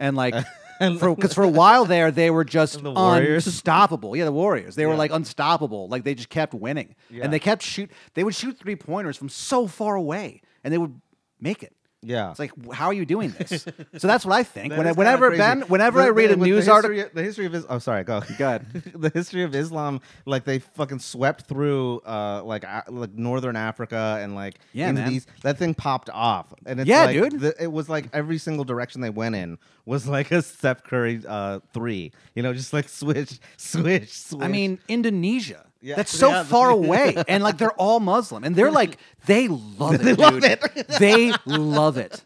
S3: and like because for, 'cause for a while there they were just
S1: The Warriors?
S3: unstoppable. Yeah, the Warriors they were like unstoppable. Like they just kept winning,
S1: Yeah.
S3: and they kept shoot. They would shoot three pointers from so far away, and they would make it.
S1: Yeah.
S3: It's like w- how are you doing this? so that's what I think.
S1: That
S3: When I,
S1: is kinda
S3: whenever
S1: crazy.
S3: Ben, whenever
S1: The-
S3: I read
S1: the-
S3: a
S1: with the
S3: news
S1: history-
S3: article,
S1: the history of Is- oh sorry, go
S3: Go ahead.
S1: the history of Islam, like they fucking swept through, uh, like a like northern Africa and like
S3: Yeah,
S1: into
S3: man.
S1: these- That thing popped off, and it's
S3: Yeah,
S1: like,
S3: dude.
S1: The, it was like every single direction they went in was like a Steph Curry uh, three, you know, just like swish, swish, swish.
S3: I mean, Indonesia.
S1: Yeah.
S3: That's so
S1: Yeah.
S3: far away. And like they're all Muslim. And they're like, they love it. They love it. they love it.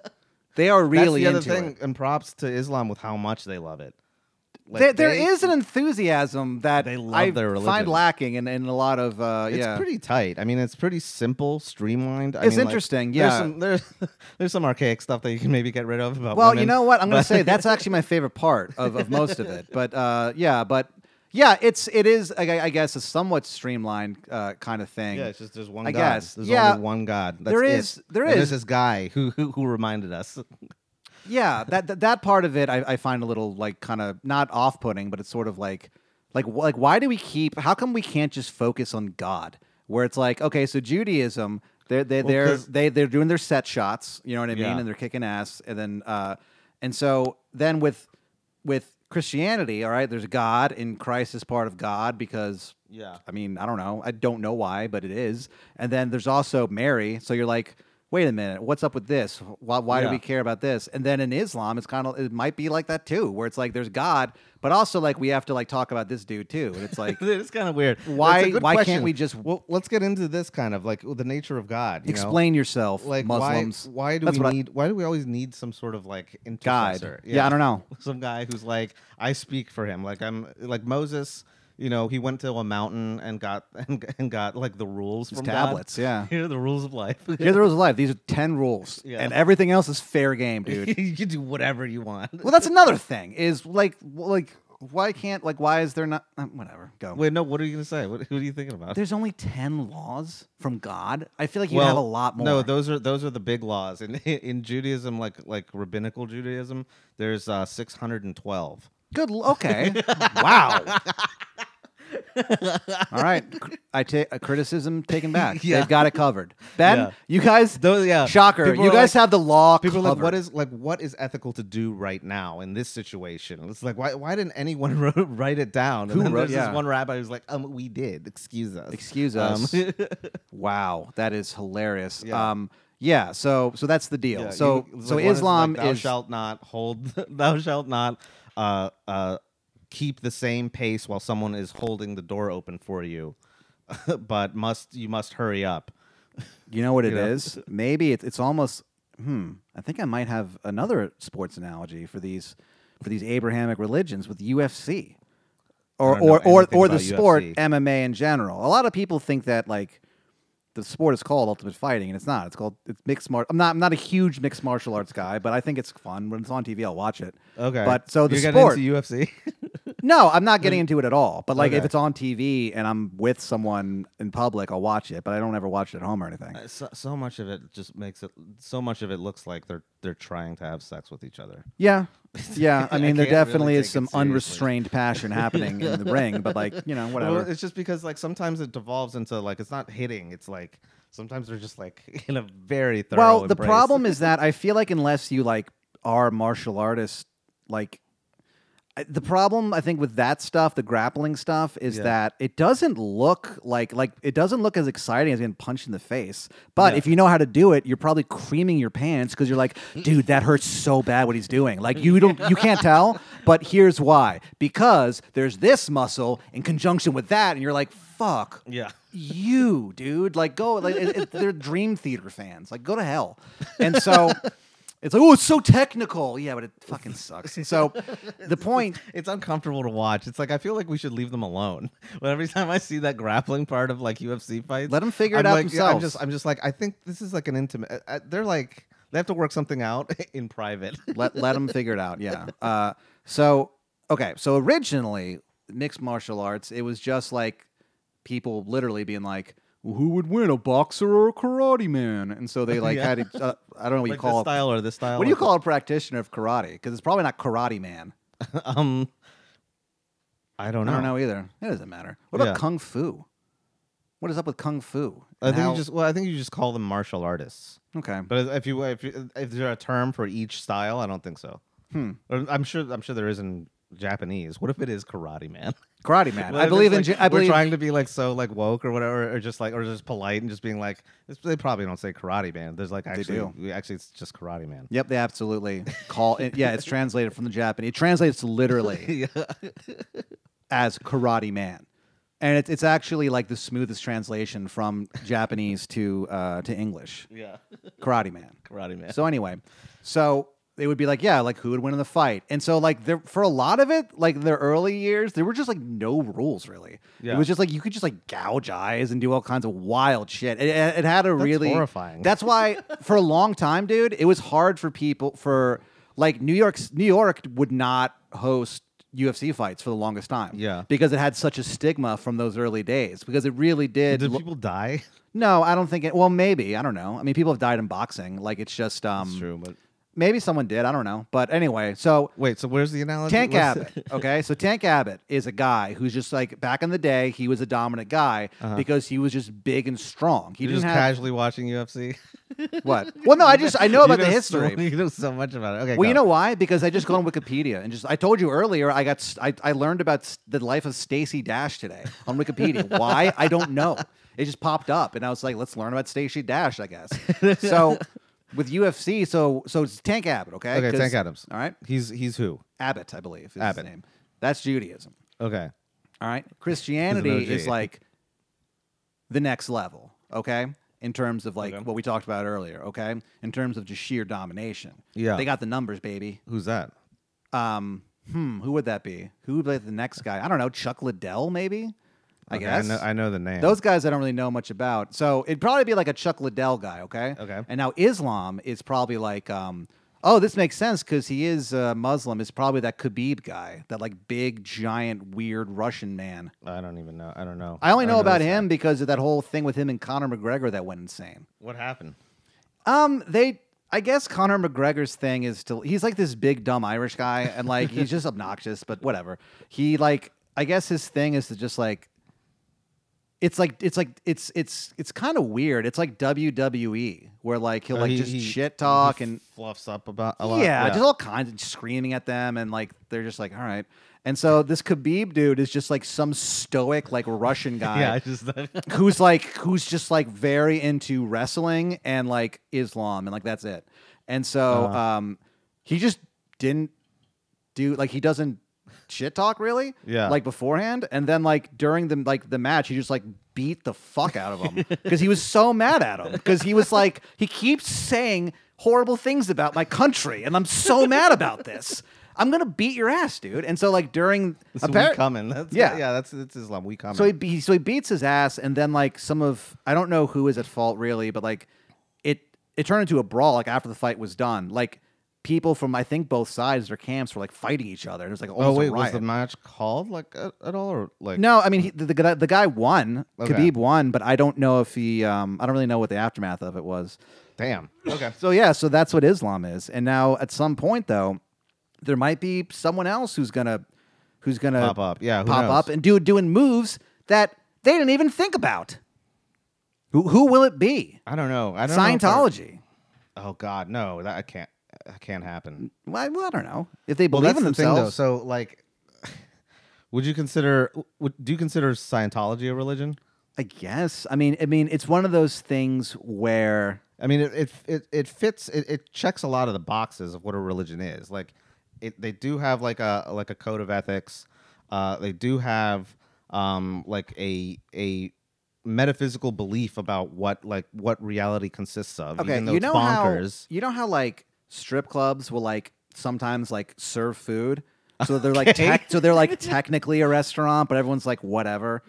S3: They are
S1: that's
S3: really
S1: the other
S3: into
S1: thing.
S3: it.
S1: And props to Islam with how much they love it. Like,
S3: There, there
S1: they-
S3: is an enthusiasm that
S1: They love
S3: I
S1: their
S3: find
S1: religion.
S3: lacking in, in a lot of uh,
S1: It's
S3: yeah.
S1: pretty tight. I mean, it's pretty simple, streamlined. I
S3: It's
S1: mean, like,
S3: interesting,
S1: there's
S3: yeah.
S1: some- there's there's some archaic stuff that you can maybe get rid of. About
S3: well, you
S1: women,
S3: know what? I'm going
S1: but-
S3: to say that's actually my favorite part of, of most of it. But uh, yeah, but yeah, it's it is I, I guess a somewhat streamlined uh, kind of thing.
S1: Yeah, it's just there's one
S3: I
S1: God.
S3: guess.
S1: There's
S3: Yeah.
S1: only one God. That's
S3: There
S1: it.
S3: is- there
S1: And
S3: is.
S1: There's this guy who who, who reminded us.
S3: yeah that, that that part of it I, I find a little like kind of not off-putting but it's sort of like like wh- like why do we keep how come we can't just focus on god where it's like okay so judaism they're they, they're
S1: 'cause-
S3: they, they're doing their set shots you know what i mean
S1: Yeah.
S3: and they're kicking ass and then uh and so then with with christianity all right there's god and christ is part of god because
S1: Yeah.
S3: I mean, I don't know. I don't know why, but it is. And then there's also Mary. So you're like, wait a minute, what's up with this? Why, why
S1: Yeah.
S3: do we care about this? And then in Islam, it's kind of it might be like that too, where it's like there's God, but also like we have to like talk about this dude too. And it's like
S1: it's kind of weird.
S3: Why-
S1: That's a good
S3: why can't
S1: question.
S3: we just-
S1: Well, let's get into this kind of like the nature of God. you know?
S3: explain yourself,
S1: Like
S3: Muslims.
S1: why why do
S3: That's
S1: we
S3: what I-
S1: need why do we always need some sort of like intercessor?
S3: Yeah, I don't know.
S1: Some guy who's like I speak for him. Like I'm like Moses. You know, he went to a mountain and got and, and got like the rules from God.
S3: tablets, yeah.
S1: Here are the rules of life.
S3: Here, the rules of life. These are ten rules,
S1: Yeah.
S3: and everything else is fair game, dude.
S1: you can do whatever you want.
S3: well, that's another thing. Is like w- like why can't like why is there not um, whatever go.
S1: Wait, no. What are you gonna say? What, who are you thinking about?
S3: There's only ten laws from God. I feel like you have a lot more.
S1: No, those are those are the big laws in in Judaism, like like rabbinical Judaism. There's uh, 612.
S3: Good. l- Okay. wow. All right, Cr- I take a criticism taken back.
S1: Yeah.
S3: They've got it covered. Ben,
S4: Yeah.
S3: you guys,
S1: Those- yeah.
S3: shocker,
S1: People
S3: you
S1: are
S3: guys
S1: like-
S3: have the law.
S1: People are like,
S3: covered.
S1: what is like what is ethical to do right now in this situation? It's like why why didn't anyone wrote, write it down? And
S3: Who
S1: then
S3: wrote-
S1: there's
S3: yeah.
S1: this one rabbi who's like, um, we did. Excuse us.
S3: Excuse
S1: Um,
S3: us. wow, that is hilarious.
S1: Yeah.
S3: Um, yeah. So, so that's the deal.
S1: Yeah,
S3: so,
S1: you-
S3: so
S1: like, one is
S3: Islam
S1: like, thou
S3: is
S1: shalt not hold thou shalt not uh, uh, keep the same pace while someone is holding the door open for you, but must you must hurry up.
S3: You know what it
S1: You know?
S3: is? Maybe it, it's almost. Hmm. I think I might have another sports analogy for these for these Abrahamic religions with UFC, or
S1: I don't know
S3: or or,
S1: anything
S3: or the
S1: about
S3: sport
S1: UFC.
S3: MMA in general. A lot of people think that like the sport is called ultimate fighting, and it's not. It's called it's mixed martial. I'm not I'm not a huge mixed martial arts guy, but I think it's fun when it's on TV. I'll watch it.
S1: Okay,
S3: But so the
S1: you're
S3: sport.
S1: getting into UFC.
S3: No, I'm not getting into it at all. But like if
S1: Mm. Okay.
S3: it's on TV and I'm with someone in public, I'll watch it. But I don't ever watch it at home or anything.
S1: Uh, so, so much of it just makes it so much of it looks like they're they're trying to have sex with each other.
S3: Yeah. Yeah. I
S1: I
S3: mean, there
S1: can't really
S3: definitely
S1: take
S3: is
S1: it
S3: some
S1: seriously.
S3: unrestrained passion happening in the ring, but like, you know,
S1: Well,
S3: whatever.
S1: it's just because like sometimes it devolves into like it's not hitting. It's like sometimes they're just like in a very thorough.
S3: Well, the
S1: embrace.
S3: problem is that I feel like unless you like are martial artists, like I- the problem I think with that stuff, the grappling stuff, is
S1: Yeah.
S3: that it doesn't look like like it doesn't look as exciting as getting punched in the face. But
S1: Yeah.
S3: if you know how to do it, you're probably creaming your pants because you're like, dude, that hurts so bad what he's doing. Like you don't you can't tell, but here's why. Because there's this muscle in conjunction with that, and you're like, fuck
S1: yeah.
S3: you, dude. Like, go. Like, it, it- they're Dream Theater fans. Like, go to hell. And so it's like, oh, it's so technical. Yeah, but it fucking sucks. So the point.
S1: It's uncomfortable to watch. It's like I feel like we should leave them alone. But every time I see that grappling part of like UFC fights,
S3: Let 'em figure it
S1: I'm
S3: out
S1: like, yeah, I'm
S3: themselves.
S1: just, I'm just like, I think this is like an intimate. uh, Uh, they're like, they have to work something out in private.
S3: Let let them figure it out. Yeah. Uh, so okay. So originally, mixed martial arts. It was just like people literally being like. "Well, Who would win, a boxer or a karate man? And so they like
S1: Yeah.
S3: had each. Uh, I don't know what
S1: like
S3: you call
S1: this
S3: it.
S1: style or this style.
S3: What do you
S1: or
S3: call a practitioner of karate? Because it's probably not karate man.
S1: th- um, I don't know.
S3: I don't know either. It doesn't matter. What about
S1: Yeah.
S3: kung fu? What is up with kung fu?
S1: I
S3: And
S1: think
S3: how-
S1: you just well, I think you just call them martial artists.
S3: okay.
S1: But if you if you, if there's a term for each style, I don't think so.
S3: Hmm.
S1: Or I'm sure I'm sure there is in Japanese. What if it is karate man?
S3: Karate man.
S1: What
S3: I
S1: if
S3: believe
S1: it's
S3: in.
S1: like
S3: J I I believe.
S1: we're trying to be like so like woke or whatever, or just like or just polite and just being like it's- they probably don't say karate man. There's like actually
S3: do.
S1: we- actually it's just karate man.
S3: Yep, they absolutely call it. Yeah, it's translated from the Japanese. It translates literally as karate man, and it's it's actually like the smoothest translation from Japanese to uh, to English.
S1: Yeah,
S3: Karate man.
S1: karate man.
S3: So anyway, so they would be like, yeah, like who would win in the fight? And so like there for a lot of it, like their early years, there were just like no rules really. It
S1: Yeah.
S3: was just like you could just like gouge eyes and do all kinds of wild shit. It, it it had a really
S1: horrifying.
S3: That's why for a long time, dude, it was hard for people for like New York's New York would not host UFC fights for the longest time.
S1: Yeah.
S3: Because it had such a stigma from those early days because it really did
S1: Did
S3: lo-
S1: people die?
S3: No, I don't think it well maybe, I don't know. I mean people have died in boxing. Like it's just um
S1: It's true, but
S3: Maybe someone did. I don't know. But anyway, so
S1: wait. So where's the analogy?
S3: Tank
S1: What's-
S3: Abbott. Okay. So Tank Abbott is a guy who's just like back in the day, he was a dominant guy because he was just big and strong. He
S1: You're
S3: didn't
S1: just
S3: have
S1: casually watching UFC.
S3: what? Well, no, I just I know
S1: You
S3: about the
S1: so-
S3: history.
S1: you know so much about it. Okay,
S3: Well,
S1: go.
S3: you know why? Because I just go on Wikipedia and just I told you earlier I got st- I, I learned about s- the life of Stacy Dash today on Wikipedia. why? I don't know. It just popped up and I was like, let's learn about Stacy Dash, I guess. So with UFC, so so it's Tank Abbott, okay?
S1: Okay,
S3: 'Cause-
S1: Tank Adams.
S3: All right.
S1: He's he's who?
S3: Abbott, I believe, is
S1: Abbott.
S3: his name. That's Judaism.
S1: Okay.
S3: All right. Christianity
S1: OG.
S3: is like the next level, okay? In terms of like
S1: Okay.
S3: what we talked about earlier, okay? In terms of just sheer domination.
S1: Yeah.
S3: They got the numbers, baby.
S1: Who's that?
S3: Um, hmm, who would that be? Who would be the next guy? I don't know, Chuck Liddell, maybe? I
S1: Okay,
S3: guess.
S1: I know, I know the name.
S3: Those guys I don't really know much about. So it'd probably be like a Chuck Liddell guy, okay?
S1: Okay.
S3: And now Islam is probably like, um, oh, this makes sense because he is uh, Muslim. It's probably that Khabib guy, that like big, giant, weird Russian man.
S1: I don't even know. I don't know.
S3: I only
S1: don't
S3: know about
S1: this guy.
S3: him because of that whole thing with him and Conor McGregor that went insane.
S1: What happened?
S3: Um, they. I guess Conor McGregor's thing is to he's like this big dumb Irish guy and like he's just obnoxious, but whatever. He like I guess his thing is to just like It's like it's like it's it's it's kind of weird. It's like WWE where like he'll
S1: Uh,
S3: like
S1: he-
S3: just
S1: he-
S3: shit talk
S1: he
S3: and
S1: fluffs up about a lot.
S3: yeah, just all kinds of screaming at them and like they're just like all right. And so this Khabib dude is just like some stoic like Russian guy
S1: yeah. I just
S3: who's like who's just like very into wrestling and like Islam and like that's it. And so
S1: Uh-huh.
S3: um he just didn't do like he doesn't shit talk really.
S1: Yeah.
S3: Like beforehand. And then like during the like the match, he just like beat the fuck out of him. Because he was so mad at him. Because he was like, he keeps saying horrible things about my country. And I'm so mad about this. I'm gonna beat your ass, dude. And so like during
S1: this is
S3: appar-
S1: we coming. That's,
S3: Yeah.
S1: yeah. That's that's Islam. We coming.
S3: so he, be- so he beats his ass, and then like some of I don't know who is at fault really, but like it it turned into a brawl. Like after the fight was done, like people from I think both sides of their camps were like fighting each other. It was like
S1: oh
S3: almost
S1: wait,
S3: a
S1: was
S3: riot.
S1: the match called like at, at all or like
S3: no, I mean he, the, the guy- the guy won.
S1: Okay.
S3: Khabib won, but I don't know if he um I don't really know what the aftermath of it was.
S1: Damn. Okay.
S3: So yeah, so that's what Islam is. And now at some point though, there might be someone else who's gonna who's gonna
S1: Pop up. Yeah. Who
S3: pop
S1: knows?
S3: up and do doing moves that they didn't even think about. Who who will it be?
S1: I don't know. I don't know if I-
S3: Scientology.
S1: Oh God, no, that I can't. That can't happen.
S3: Well, I, well, I don't know if they
S1: Well,
S3: believe in
S1: that's the thing, though.
S3: themselves.
S1: So, like, would you consider? Would, do you consider Scientology a religion?
S3: I guess. I mean, I mean, it's one of those things where
S1: I mean, it it it, it fits. It, it checks a lot of the boxes of what a religion is. Like, it, they do have like a like a code of ethics. Uh, they do have um like a a metaphysical belief about what like what reality consists of.
S3: okay,
S1: even though
S3: you
S1: it's
S3: know
S1: bonkers.
S3: how you know how like strip clubs will like sometimes like serve food, so they're like
S1: Okay.
S3: tec- so they're like technically a restaurant, but everyone's like whatever.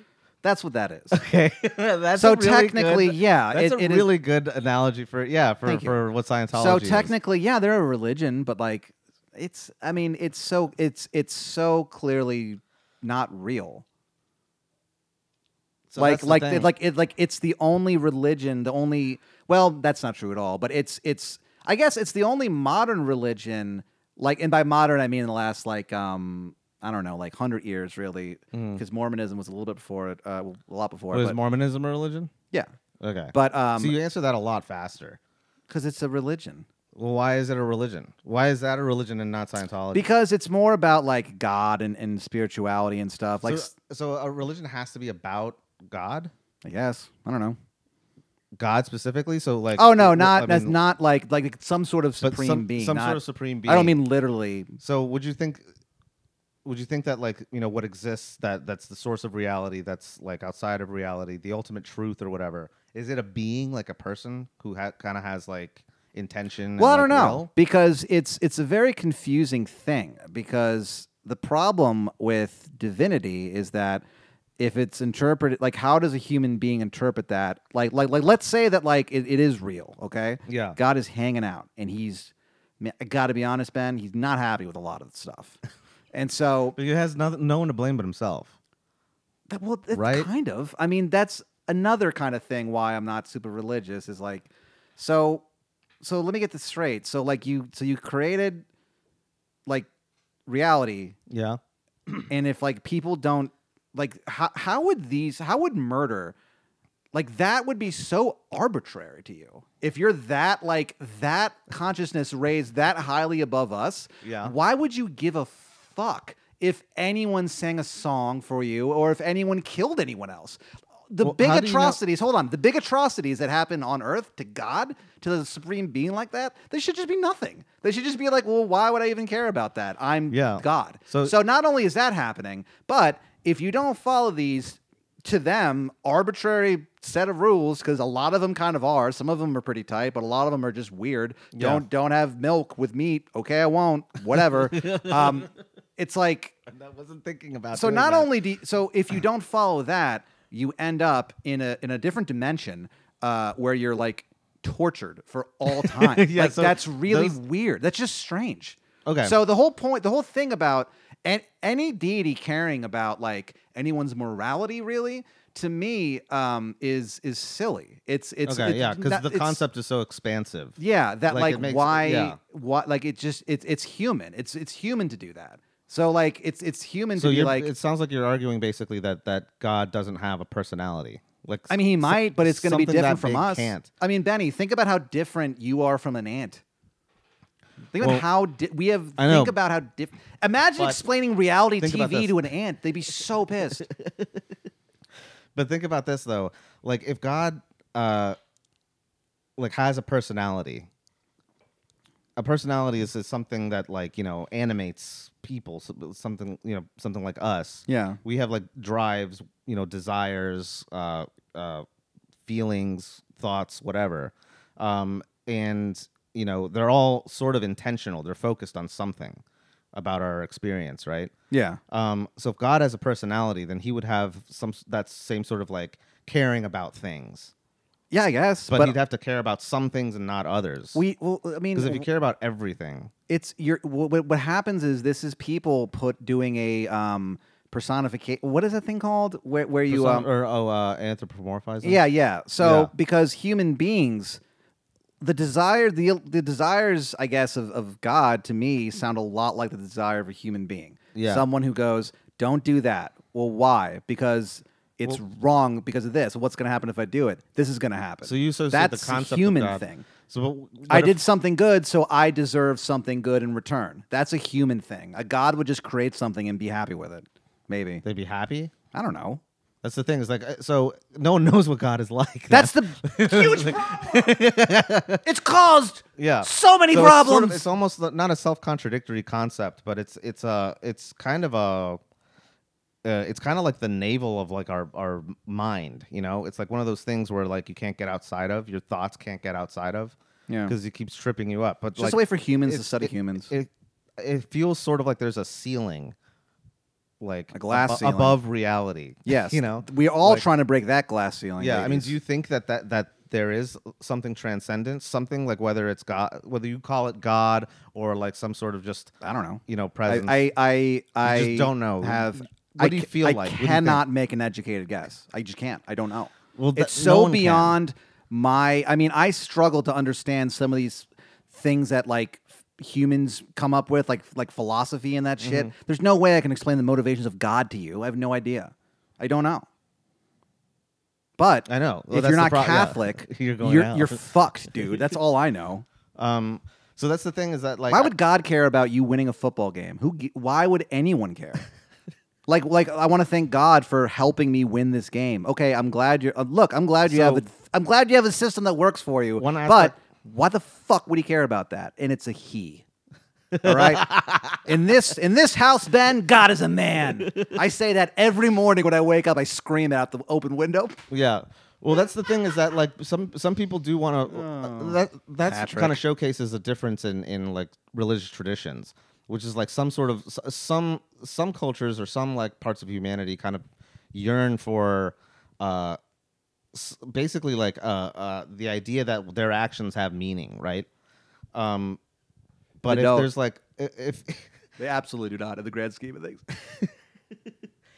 S3: That's what that is.
S1: Okay, that's
S3: So
S1: a really
S3: technically,
S1: good-
S3: yeah,
S1: that's
S3: it-
S1: a
S3: it is-
S1: really good analogy for yeah for,
S3: Thank you.
S1: for what Scientology.
S3: So
S1: is.
S3: technically, yeah, they're a religion, but like it's I mean, it's so it's it's so clearly not real.
S1: So that's
S3: like
S1: the
S3: like
S1: thing.
S3: like it like it's the only religion, the only well, that's not true at all, but it's it's I guess it's the only modern religion like and by modern I mean in the last like um I don't know, like 100 years really
S1: Mm-hmm. Hmm.
S3: because Mormonism was a little bit before it uh, well, a lot before
S1: What
S3: it.
S1: is
S3: but-
S1: Mormonism a religion?
S3: yeah.
S1: Okay,
S3: But um
S1: so you answer that a lot faster.
S3: cuz it's a religion.
S1: Well, why is it a religion? Why is that a religion and not Scientology?
S3: because it's more about like god and, and spirituality and stuff like
S1: so, uh, so a religion has to be about God,
S3: i guess i don't know
S1: God specifically. So like,
S3: oh no
S1: wh-
S3: not
S1: I
S3: that's
S1: mean,
S3: not like like some sort of
S1: but
S3: supreme
S1: some,
S3: being
S1: some
S3: not-
S1: sort of supreme being.
S3: i don't mean literally
S1: So would you think? Would you think that like you know what exists that that's the source of reality that's like outside of reality, the ultimate truth or whatever? Is it a being like a person who ha- kind of has like intention?
S3: well i
S1: and,
S3: don't
S1: like,
S3: know
S1: will?
S3: because it's it's a very confusing thing because the problem with divinity is that if it's interpreted like how does a human being interpret that like like like let's say that like it, it is real okay
S1: Yeah.
S3: god is hanging out and he's man, i gotta be honest ben he's not happy with a lot of the stuff and so
S1: But he has no, no one to blame but himself.
S3: That, well, that
S1: Right?
S3: kind of. I mean, that's another kind of thing why I'm not super religious is like, so, so let me get this straight. So like you, so you created like reality,
S1: Yeah.
S3: and if like people don't like, how how would these, how would murder, like that would be so arbitrary to you if you're that like that consciousness raised that highly above us.
S1: Yeah.
S3: Why would you give a fuck if anyone sang a song for you or if anyone killed anyone else? The
S1: Well,
S3: big
S1: how do you know-
S3: atrocities, hold on, the big atrocities that happen on earth to God, to the supreme being like that, they should just be nothing. They should just be like, well, why would I even care about that? I'm
S1: Yeah.
S3: God.
S1: So-
S3: So, so not only is that happening, but if you don't follow these to them arbitrary set of rules because a lot of them kind of are some of them are pretty tight but a lot of them are just weird
S1: Yeah.
S3: don't don't have milk with meat okay i won't whatever um, it's like
S1: I wasn't thinking about.
S3: so not only do you, so if you don't follow that you end up in a in a different dimension uh, where you're like tortured for all time
S1: Yeah,
S3: like
S1: so
S3: that's really
S1: those-
S3: weird that's just strange
S1: Okay.
S3: so the whole point the whole thing about and any deity caring about like anyone's morality really to me um is is silly it's it's
S1: okay,
S3: it's
S1: yeah, because
S3: not-
S1: the
S3: it's-
S1: concept is so expansive.
S3: yeah, that
S1: Like,
S3: like,
S1: it makes-
S3: why
S1: yeah.
S3: why like it just it's it's human. It's it's human to do that. So like it's it's human
S1: So
S3: to be
S1: you're,
S3: like
S1: it sounds like you're arguing basically that that God doesn't have a personality. Like
S3: I mean, he
S1: so-
S3: might, but it's going to be
S1: something that
S3: different from
S1: big
S3: us.
S1: Can't.
S3: I mean, Benny, think about how different you are from an ant. Think about
S1: Well,
S3: how di- we have.
S1: I know.
S3: Think about how different. Imagine
S1: But-
S3: explaining reality
S1: Think about
S3: TV
S1: this.
S3: to an ant. They'd be so pissed.
S1: But think about this though. Like if God uh like has a personality. A personality is, is something that like, you know, animates people, so- something, you know, something like us.
S3: Yeah.
S1: We have like drives, you know, desires, uh uh feelings, thoughts, whatever. Um and you know, they're all sort of intentional. They're focused on something about our experience, right?
S3: yeah.
S1: Um, so if God has a personality, then He would have some s- that same sort of like caring about things,
S3: Yeah, I guess.
S1: but,
S3: But,
S1: He'd have to care about some things and not others.
S3: we. Well, I mean,
S1: because if you care about everything,
S3: it's your what, what happens is this is people put doing a um personification. What is that thing called? Where where you
S1: Person-
S3: um,
S1: or oh uh, anthropomorphizing.
S3: Yeah, yeah. So
S1: Yeah.
S3: because human beings, the desire, the the desires, I guess, of, of God to me sound a lot like the desire of a human being.
S1: Yeah.
S3: Someone who goes, "Don't do that." Well, why? Because it's wrong because of this. What's going to happen if I do it? This is going to happen.
S1: So you associate
S3: That's
S1: the concept
S3: a human
S1: of God.
S3: thing.
S1: So what, what
S3: I
S1: if-
S3: did something good, so I deserve something good in return. That's a human thing. A God would just create something and be happy with it. Maybe
S1: They'd be happy.
S3: I don't know.
S1: That's the thing. Is like uh, so no one knows what God is like.
S3: That's the huge problem. it's caused
S1: yeah.
S3: so many
S1: So it's sort of-
S3: problems.
S1: It's, almost lo- not a self-contradictory concept, but it's it's a it's kind of a uh, it's kind of like the navel of like our our mind. You know, it's like one of those things where like you can't get outside of your thoughts can't get outside of.
S3: Yeah.
S1: because it keeps tripping you up. But
S3: It's
S1: like,
S3: just a way for humans to
S1: it's-
S3: study
S1: it-
S3: humans.
S1: It, it feels sort of like there's a ceiling, like
S3: A glass
S1: abo-
S3: ceiling.
S1: above reality.
S3: yes,
S1: you know.
S3: we're all
S1: like-
S3: trying to break that glass ceiling.
S1: Yeah, I mean,
S3: ladies.
S1: do you think that that that there is something transcendent, something like whether it's God, whether you call it God or like some sort of just
S3: I don't know.
S1: you know
S3: I
S1: presence?
S3: I I, I
S1: just don't know.
S3: Have
S1: What
S3: I
S1: do you
S3: ca-
S1: feel
S3: I
S1: like? What do you think?
S3: cannot make an educated guess. I just can't. I don't know.
S1: Well, that-
S3: it's
S1: no
S3: so
S1: one can.
S3: beyond my. I mean, I struggle to understand some of these things that like f- humans come up with, like like philosophy and that shit.
S1: Mm-hmm.
S3: There's no way I can explain the motivations of God to you. I have no idea. I don't know. But
S1: I know. Well,
S3: if
S1: that's
S3: you're
S1: the
S3: not
S1: pro- yeah.
S3: Catholic,
S1: You're going
S3: you're,
S1: out.
S3: you're fucked, dude. That's all I know.
S1: um, so that's the thing is that like
S3: Why would God care about you winning a football game? Who? gi- Why would anyone care? like, like I want to thank God for helping me win this game. Okay, I'm glad you're. Uh, look, I'm glad you have. A,
S1: So-
S3: I'm glad you have a system that works for you.
S1: One
S3: but
S1: aspect-
S3: why the fuck would he care about that? And it's a he. All right. in this in this house, Ben, God is a man. I say that every morning when I wake up. I scream it out the open window.
S1: Yeah. Well, that's the thing is that like some some people do want to. that that's
S3: Patrick.
S1: kind of showcases a difference in in like religious traditions, which is like some sort of s- some some cultures or some like parts of humanity kind of yearn for. uh s- basically like uh, uh the idea that their actions have meaning right um but
S3: They
S1: if
S3: don't.
S1: there's like i- if
S3: They absolutely do not, in the grand scheme of things.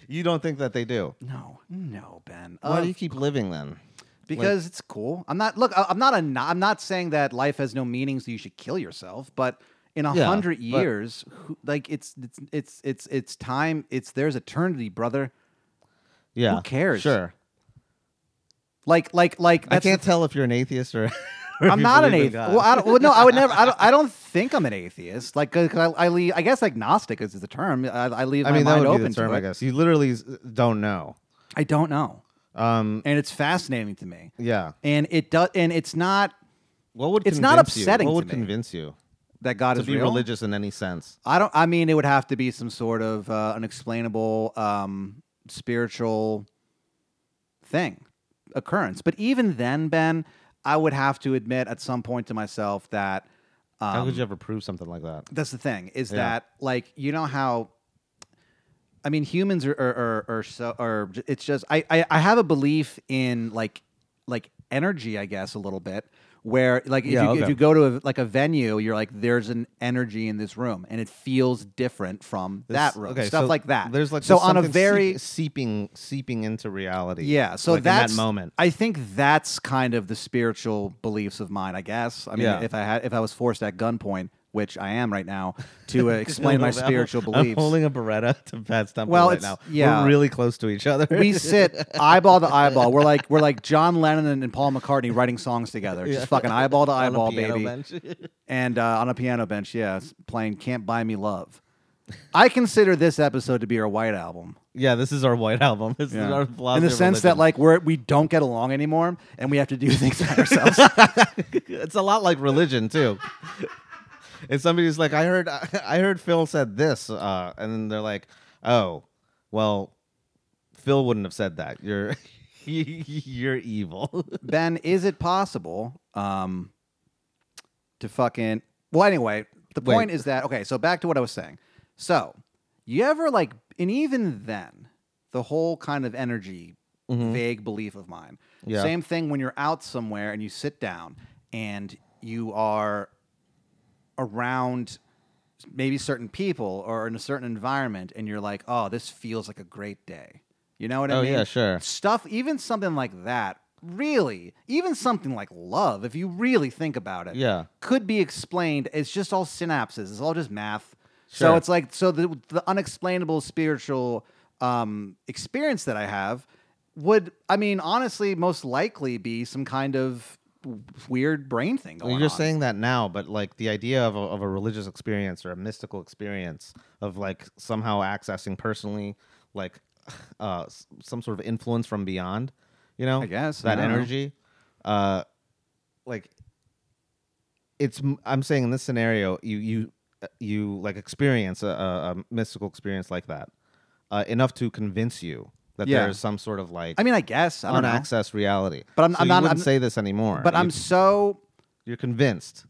S1: you don't think that they do
S3: No, no, Ben.
S1: why
S3: Of
S1: do you keep living then
S3: because it's cool. I'm not look. I- I'm not a. no- I'm not saying that life has no meaning, so you should kill yourself. But in a
S1: Yeah,
S3: hundred
S1: but-
S3: years, who, like it's it's it's it's it's time. It's there's eternity, brother.
S1: yeah
S3: cares?
S1: sure
S3: Like like like
S1: I
S3: that's
S1: can't tell if you're an atheist or. or
S3: the-
S1: if
S3: I'm
S1: you
S3: not an
S1: believe in
S3: atheist.
S1: God.
S3: Well, I don't, well, no, I would never. I don't. I don't think I'm an atheist. Like, cause I, I leave. I guess agnostic is the term. I, I leave
S1: I
S3: my
S1: mean, that
S3: mind
S1: would be
S3: open
S1: the term,
S3: to it.
S1: I guess. You literally s- don't know.
S3: I don't know,
S1: Um,
S3: and it's fascinating to me.
S1: yeah.
S3: And it does. And it's not
S1: What would
S3: It's not
S1: convince you-
S3: upsetting
S1: What
S3: to
S1: would
S3: me.
S1: convince you
S3: that God
S1: to
S3: is
S1: be
S3: real.
S1: religious in any sense?
S3: I don't. I mean, it would have to be some sort of uh, unexplainable um, spiritual thing, occurrence. But even then, Ben, I would have to admit at some point to myself that
S1: How
S3: um,
S1: could you ever prove something like that?
S3: that's the thing is that like you know how i mean humans are are, are, are so are j- it's just I, I i have a belief in like like energy i guess a little bit where like if,
S1: Yeah,
S3: you, if
S1: okay.
S3: you go to a, like a venue you're like there's an energy in this room and it feels different from that
S1: This-
S3: room
S1: okay,
S3: stuff
S1: so
S3: like that
S1: There's like
S3: so
S1: just
S3: on a
S1: something
S3: very
S1: seep- seeping seeping into reality.
S3: yeah, so
S1: like in
S3: that's
S1: that moment.
S3: I think that's kind of the spiritual beliefs of mine. I guess. I mean,
S1: Yeah.
S3: if I had, if I was forced at gunpoint, which I am right now, to uh, explain my
S1: I'm-
S3: spiritual
S1: I'm
S3: beliefs.
S1: holding a Beretta to Pat Stumper
S3: Well,
S1: right
S3: it's-
S1: now.
S3: yeah.
S1: We're really close to each other.
S3: we sit eyeball to eyeball. We're like we're like John Lennon and Paul McCartney writing songs together, just fucking eyeball to
S1: On a
S3: eyeball,
S1: piano
S3: baby.
S1: bench.
S3: And uh, on a piano bench, yeah, s- playing "Can't Buy Me Love." I consider this episode to be our white album,
S1: yeah, this is our white album. This
S3: Yeah.
S1: is our philosophy
S3: in
S1: of
S3: the sense that
S1: religion.
S3: like we're we don't get along anymore, and we have to do things by ourselves.
S1: it's a lot like religion too. and somebody's like, I heard, I heard Phil said this, uh, and then they're like, Oh, well, Phil wouldn't have said that. You're, you're evil.
S3: ben, is it possible um, to fucking? Well, anyway, the
S1: Wait.
S3: point is that okay. So back to what I was saying. So you ever like, and even then, the whole kind of energy, vague belief of mine.
S1: Mm-hmm. Yeah.
S3: Same thing when you're out somewhere and you sit down and you are around maybe certain people or in a certain environment and you're like, oh, this feels like a great day. You know what I
S1: Oh,
S3: mean?
S1: yeah, sure.
S3: Stuff, even something like that, really, even something like love, if you really think about it,
S1: Yeah.
S3: could be explained. It's just all synapses, it's all just math. So
S1: Sure.
S3: it's like, so the, the unexplainable spiritual um, experience that I have would, I mean, honestly, most likely be some kind of w- weird brain thing going
S1: Well, you're
S3: on.
S1: saying that now, but like the idea of a, of a religious experience or a mystical experience of like somehow accessing personally, like uh, s- some sort of influence from beyond, you know,
S3: I guess,
S1: that
S3: yeah.
S1: energy, uh, like it's. m- I'm saying in this scenario, you you uh, you like experience a, a, a mystical experience like that uh, enough to convince you that
S3: Yeah.
S1: there is some sort of like
S3: I mean, I guess. I don't know.
S1: unaccessed reality.
S3: But I'm-
S1: So
S3: I'm
S1: you
S3: not-
S1: wouldn't
S3: I'm-
S1: say this anymore.
S3: But
S1: You-
S3: I'm so,
S1: you're convinced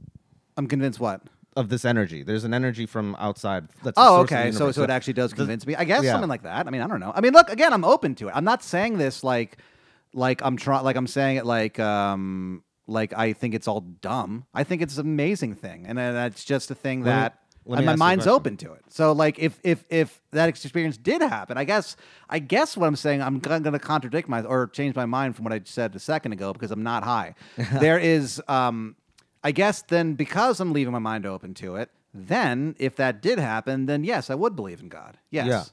S3: I'm convinced what?
S1: of this energy. There's an energy from outside. That's the
S3: Oh,
S1: source of the
S3: okay. So,
S1: universe.
S3: so it actually does convince me. I guess
S1: yeah.
S3: something like that. I mean, I don't know. I mean, look again. I'm open to it. I'm not saying this like, like I'm trying, like I'm saying it like, um, like I think it's all dumb. I think it's an amazing thing, and uh, that's just a thing
S1: me-
S3: that,
S1: let me
S3: and my
S1: ask you a
S3: mind's
S1: question.
S3: open to it. So, like, if if if that experience did happen, I guess, I guess what I'm saying, I'm going to contradict my or change my mind from what I said a second ago because I'm not high. there is, um, I guess then because I'm leaving my mind open to it, then if that did happen, then yes, I would believe in God. Yes.
S1: Yeah.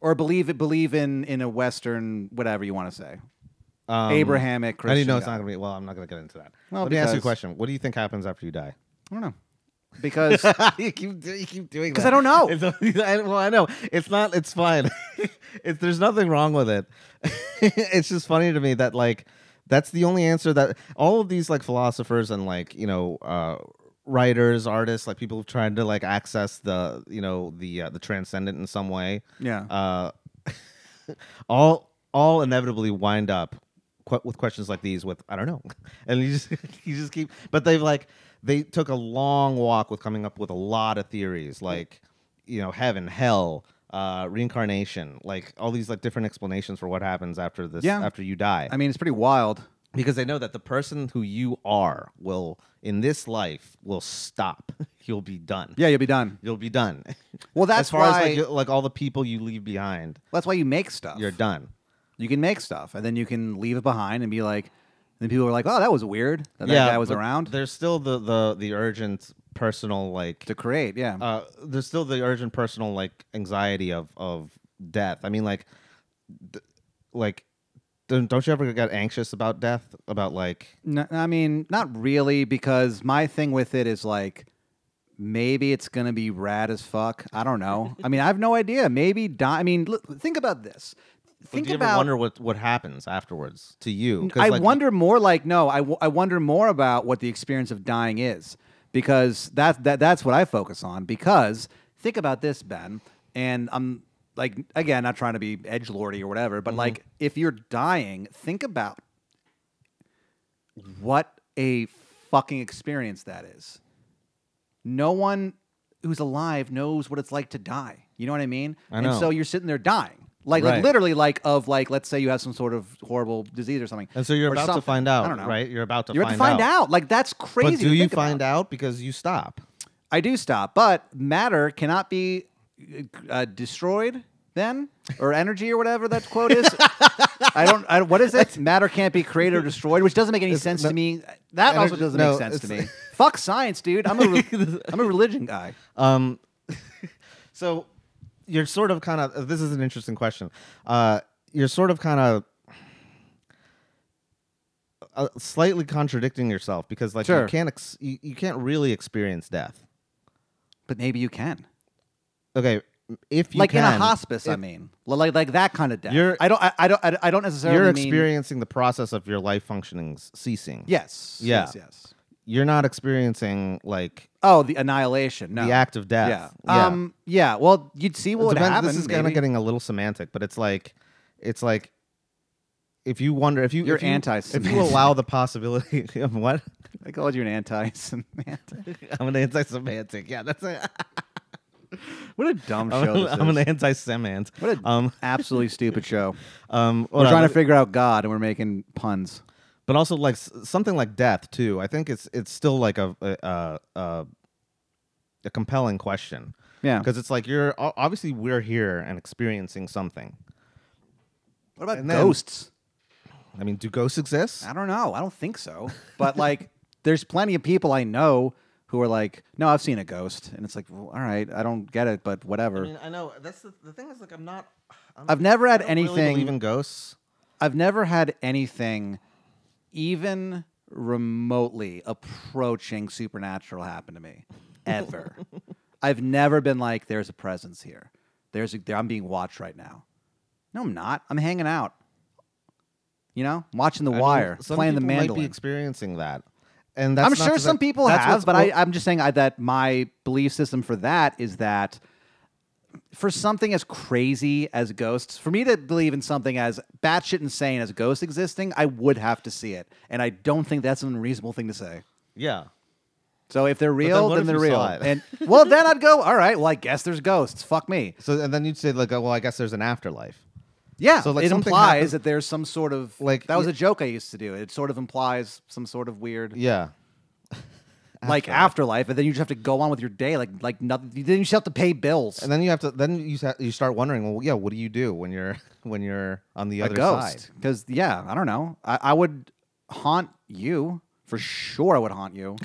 S3: Or believe it, believe in in a Western whatever you want to say,
S1: Um,
S3: Abrahamic
S1: I
S3: Christian.
S1: didn't know it's
S3: God.
S1: not gonna be. Well, I'm not gonna get into that.
S3: Well,
S1: Let me ask you a
S3: because-
S1: question. What do you think happens after you die?
S3: I don't know because
S1: you keep do, you keep doing
S3: 'Cause
S1: that.
S3: I don't know.
S1: It's, I, well, I know it's not. It's fine. it's, there's nothing wrong with it. it's just funny to me that like that's the only answer that all of these like philosophers and like you know uh, writers, artists, like people trying to like access the you know the uh, the transcendent in some way.
S3: yeah,
S1: uh, all all inevitably wind up qu- with questions like these with I don't know, and you just you just keep. But they've like they took a long walk with coming up with a lot of theories like you know heaven, hell, uh, reincarnation, like all these like different explanations for what happens after this
S3: Yeah.
S1: after you die
S3: I mean it's pretty wild.
S1: because they know that the person who you are will in this life will stop. You'll be done.
S3: Yeah, you'll be done.
S1: You'll be done.
S3: Well,
S1: as
S3: that's
S1: far
S3: why
S1: as like, you- like all the people you leave behind,
S3: that's why you make stuff.
S1: you're done.
S3: You can make stuff, and then you can leave it behind and be like. Then people are like, "Oh, that was weird. That, that guy was
S1: but
S3: around
S1: There's still the the the urgent personal like
S3: to create." Yeah,
S1: uh there's still the urgent personal like anxiety of of death. I mean like th- like don't don't you ever get anxious about death about like
S3: No, I mean, not really, because my thing with it is like, maybe it's gonna be rad as fuck. I don't know. I mean, I have no idea. Maybe die. I mean, look, think about this.
S1: think
S3: Think
S1: do you
S3: about.
S1: ever wonder what what happens afterwards to you? 'Cause,
S3: I
S1: like,
S3: wonder more. Like, no, I, w- I wonder more about what the experience of dying is, because that that that's what I focus on. Because think about this, Ben, and I'm like again, not trying to be edge lordy or whatever,
S1: Mm-hmm.
S3: but like if you're dying, think about what a fucking experience that is. No one who's alive knows what it's like to die. You know what I mean?
S1: I
S3: And
S1: know.
S3: so you're sitting there dying. Like, like
S1: Right.
S3: literally like of like let's say you have some sort of horrible disease or something.
S1: And so you're
S3: or
S1: about
S3: something.
S1: to find out,
S3: I don't know.
S1: right? You're about to
S3: You're about
S1: find,
S3: to find out. Like that's crazy.
S1: But do you find out because you stop?
S3: I do stop, but matter cannot be uh, destroyed then or energy or whatever that quote is. I don't. I, what is it? Matter can't be created or destroyed, which doesn't make any sense to me. That also
S1: energy-
S3: doesn't
S1: no,
S3: make sense to
S1: it's-
S3: me. Fuck science, dude. I'm a re- I'm a religion guy.
S1: Um, so you're sort of kind of this is an interesting question. Uh, you're sort of kind of uh, slightly contradicting yourself because like you
S3: Sure.
S1: can't ex- you, you can't really experience death.
S3: But maybe you can.
S1: Okay, m- if you
S3: like in a
S1: can,
S3: hospice, I mean, Li- like like that kind of death.
S1: You're-
S3: I don't. I, I don't. I don't- I don't necessarily.
S1: you're
S3: mean-
S1: experiencing the process of your life functionings ceasing.
S3: yes.
S1: Yeah.
S3: Yes. Yes.
S1: you're not experiencing like
S3: Oh, the annihilation. No.
S1: the act of death.
S3: Yeah. Um. Yeah. Well, you'd see
S1: It
S3: what would
S1: depends-
S3: happen.
S1: This is kind of
S3: maybe.
S1: getting a little semantic, but it's like, it's like, if you wonder, if you
S3: You're
S1: if you- if you
S3: anti-Semitic.
S1: allow the possibility of what
S3: I called you an anti-Semitic.
S1: I'm an anti-semantic. Yeah, that's a,
S3: what a dumb show
S1: I'm,
S3: this
S1: I'm
S3: is.
S1: an anti-semant.
S3: What a
S1: um
S3: absolutely stupid show.
S1: um.
S3: We're
S1: hold on,
S3: trying
S1: let
S3: to
S1: me-
S3: figure out God, and we're making puns.
S1: but also like s- something like death too. I think it's it's still like a a a, a, a compelling question.
S3: Yeah.
S1: because it's like you're o- obviously we're here and experiencing something.
S3: What about
S1: and then-
S3: ghosts?
S1: I mean, do ghosts exist?
S3: I don't know. I don't think so. But like, there's plenty of people I know who are like, "No, I've seen a ghost," and it's like, well, "All right, I don't get it, but whatever."
S1: I know that's the, the thing is like I'm not. I'm,
S3: I've never had
S1: I don't really
S3: anything-
S1: believe in ghosts.
S3: I've never had anything even remotely approaching supernatural happen to me ever. I've never been like, there's a presence here. There's a, there, I'm being watched right now. No, I'm not. I'm hanging out. You know, I'm watching The
S1: I mean,
S3: Wire,
S1: some
S3: playing the
S1: people might be
S3: mandolin.
S1: experiencing that, and that's not
S3: I'm sure
S1: to say-
S3: some people
S1: that's
S3: have,
S1: what's-
S3: but
S1: well,
S3: I, I'm just saying I, that my belief system for that is that for something as crazy as ghosts, for me to believe in something as batshit insane as ghosts existing, I would have to see it, and I don't think that's an unreasonable thing to say.
S1: yeah.
S3: So if they're real,
S1: what
S3: then,
S1: if
S3: they're
S1: you
S3: real,
S1: saw it?
S3: and well, then I'd go, all right, well, I guess there's ghosts. Fuck me.
S1: So and then you'd say like, oh, well, I guess there's an afterlife.
S3: Yeah,
S1: So, like,
S3: it
S1: something
S3: implies
S1: happens-
S3: that there's some sort of
S1: Like,
S3: like that was
S1: you-
S3: a joke I used to do. It sort of implies some sort of weird
S1: Yeah.
S3: like afterlife, and then you just have to go on with your day, like like nothing. Then you just have to pay bills.
S1: And then you have to then you sa you start wondering, well, yeah, what do you do when you're when you're on the
S3: a
S1: other
S3: ghost,
S1: side?
S3: because yeah, I don't know. I, I would haunt you for sure. I would haunt you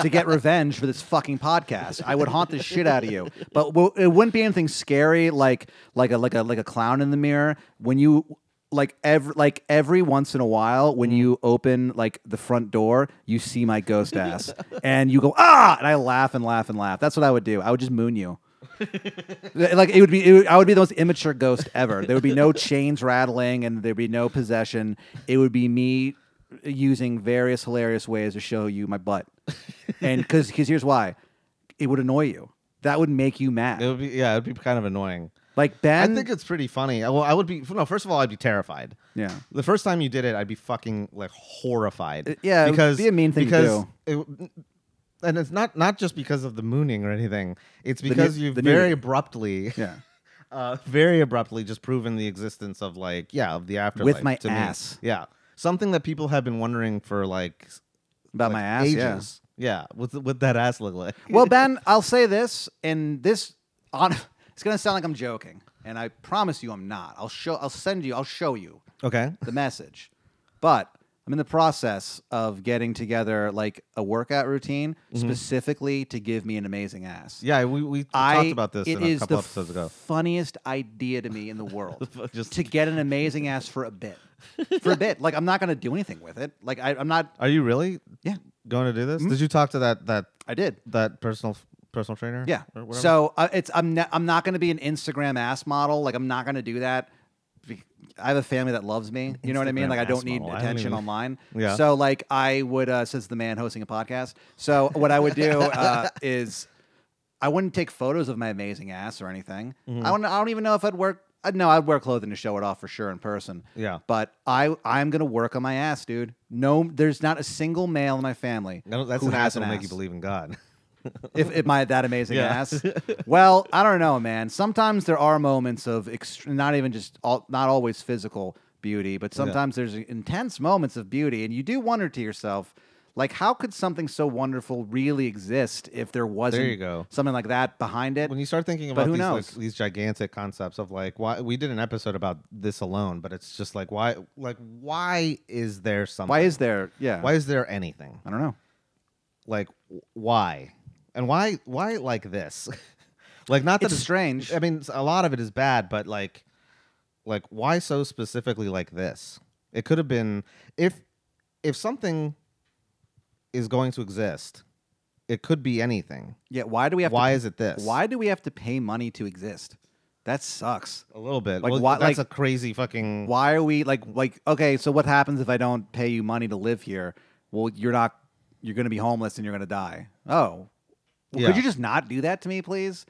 S3: to get revenge for this fucking podcast. I would haunt the shit out of you, but w- it wouldn't be anything scary like like a like a like a clown in the mirror when you. Like every like every once in a while,
S1: Mm.
S3: when you open like the front door, you see my ghost ass, and you go ah, and I laugh and laugh and laugh. That's what I would do. I would just moon you. Th- like it would be it would- i would be the most immature ghost ever there would be no chains rattling and there'd be no possession it would be me using various hilarious ways to show you my butt and because here's why it would annoy you that would make you mad
S1: It would be yeah, it would be kind of annoying.
S3: like ben
S1: I think it's pretty funny. I- Well, I would be no. First of all, I'd be terrified.
S3: Yeah.
S1: The first time you did it, I'd be fucking like horrified.
S3: Uh, yeah, it would
S1: because
S3: be a mean thing to
S1: because it- and it's not not just because of the mooning or anything. It's
S3: nu-
S1: because you've
S3: the
S1: very
S3: nudity.
S1: abruptly,
S3: yeah
S1: uh, very abruptly just proven the existence of like yeah of the afterlife
S3: my
S1: to me.
S3: ass.
S1: Yeah, something that people have been wondering for like s-
S3: about
S1: like
S3: my ass yeah.
S1: ages. Yeah, what's what that ass look like?
S3: well, Ben, I'll say this, and this on it's gonna sound like I'm joking, and I promise you I'm not. I'll show I'll send you, I'll show you
S1: okay.
S3: the message. But I'm in the process of getting together like a workout routine specifically to give me an amazing ass.
S1: Mm-hmm. Yeah, we, we
S3: I
S1: talked about this
S3: it
S1: in a
S3: is
S1: couple
S3: the
S1: episodes ago.
S3: Funniest idea to me in the world.
S1: Just-
S3: to get an amazing ass for a bit. For a bit. Like I'm not gonna do anything with it. Like I, I'm not
S1: Are you really
S3: yeah,
S1: going to do
S3: Hmm?
S1: this? Did you talk to that that
S3: I did.
S1: that personal personal trainer?
S3: Yeah.
S1: Or whatever?
S3: So uh, it's I'm not I'm not going to be an Instagram ass model. Like I'm not going to do that. Be- I have a family that loves me. You know what I mean?
S1: Instagram
S3: Like I
S1: ass
S3: don't need
S1: model. I don't
S3: attention
S1: even-
S3: online.
S1: Yeah.
S3: So like I would uh, since the man hosting a podcast. So what I would do uh, is I wouldn't take photos of my amazing ass or anything.
S1: Mm-hmm.
S3: I don't I don't even know if I'd work. Uh, no, I'd wear clothing to show it off for sure in person.
S1: Yeah.
S3: But I I'm gonna work on my ass, dude. No, there's not a single male in my family
S1: No, that's
S3: who
S1: an ass
S3: has an
S1: that'll
S3: ass
S1: make you believe in God.
S3: if, if my that amazing
S1: Yeah.
S3: ass. Well, I don't know, man. Sometimes there are moments of ext- not even just all, not always physical beauty, but sometimes there's intense moments of beauty, and you do wonder to yourself, Like, how could something so wonderful really exist if there wasn't
S1: There you go.
S3: something like that behind it?
S1: When you start thinking about
S3: But who
S1: these, like,
S3: knows?
S1: these gigantic concepts of like why we did an episode about this alone, but it's just like why like why is there something?
S3: Why is there? Yeah,
S1: why is there anything?
S3: I don't know.
S1: Like w- why? And why why like this? like not that
S3: It's strange.
S1: I mean s- a lot of it is bad, but like like why so specifically like this? It could have been if if something is going to exist, it could be anything.
S3: Yeah, why do we have?
S1: Why
S3: to,
S1: is it this?
S3: Why do we have to pay money to exist? That sucks.
S1: A little bit.
S3: Like,
S1: Well,
S3: why-
S1: that's
S3: like-
S1: a crazy fucking.
S3: Why are we like like okay? So what happens if I don't pay you money to live here? Well, you're not. You're going to be homeless and you're going to die. Oh, Well,
S1: Yeah.
S3: could you just not do that to me, please?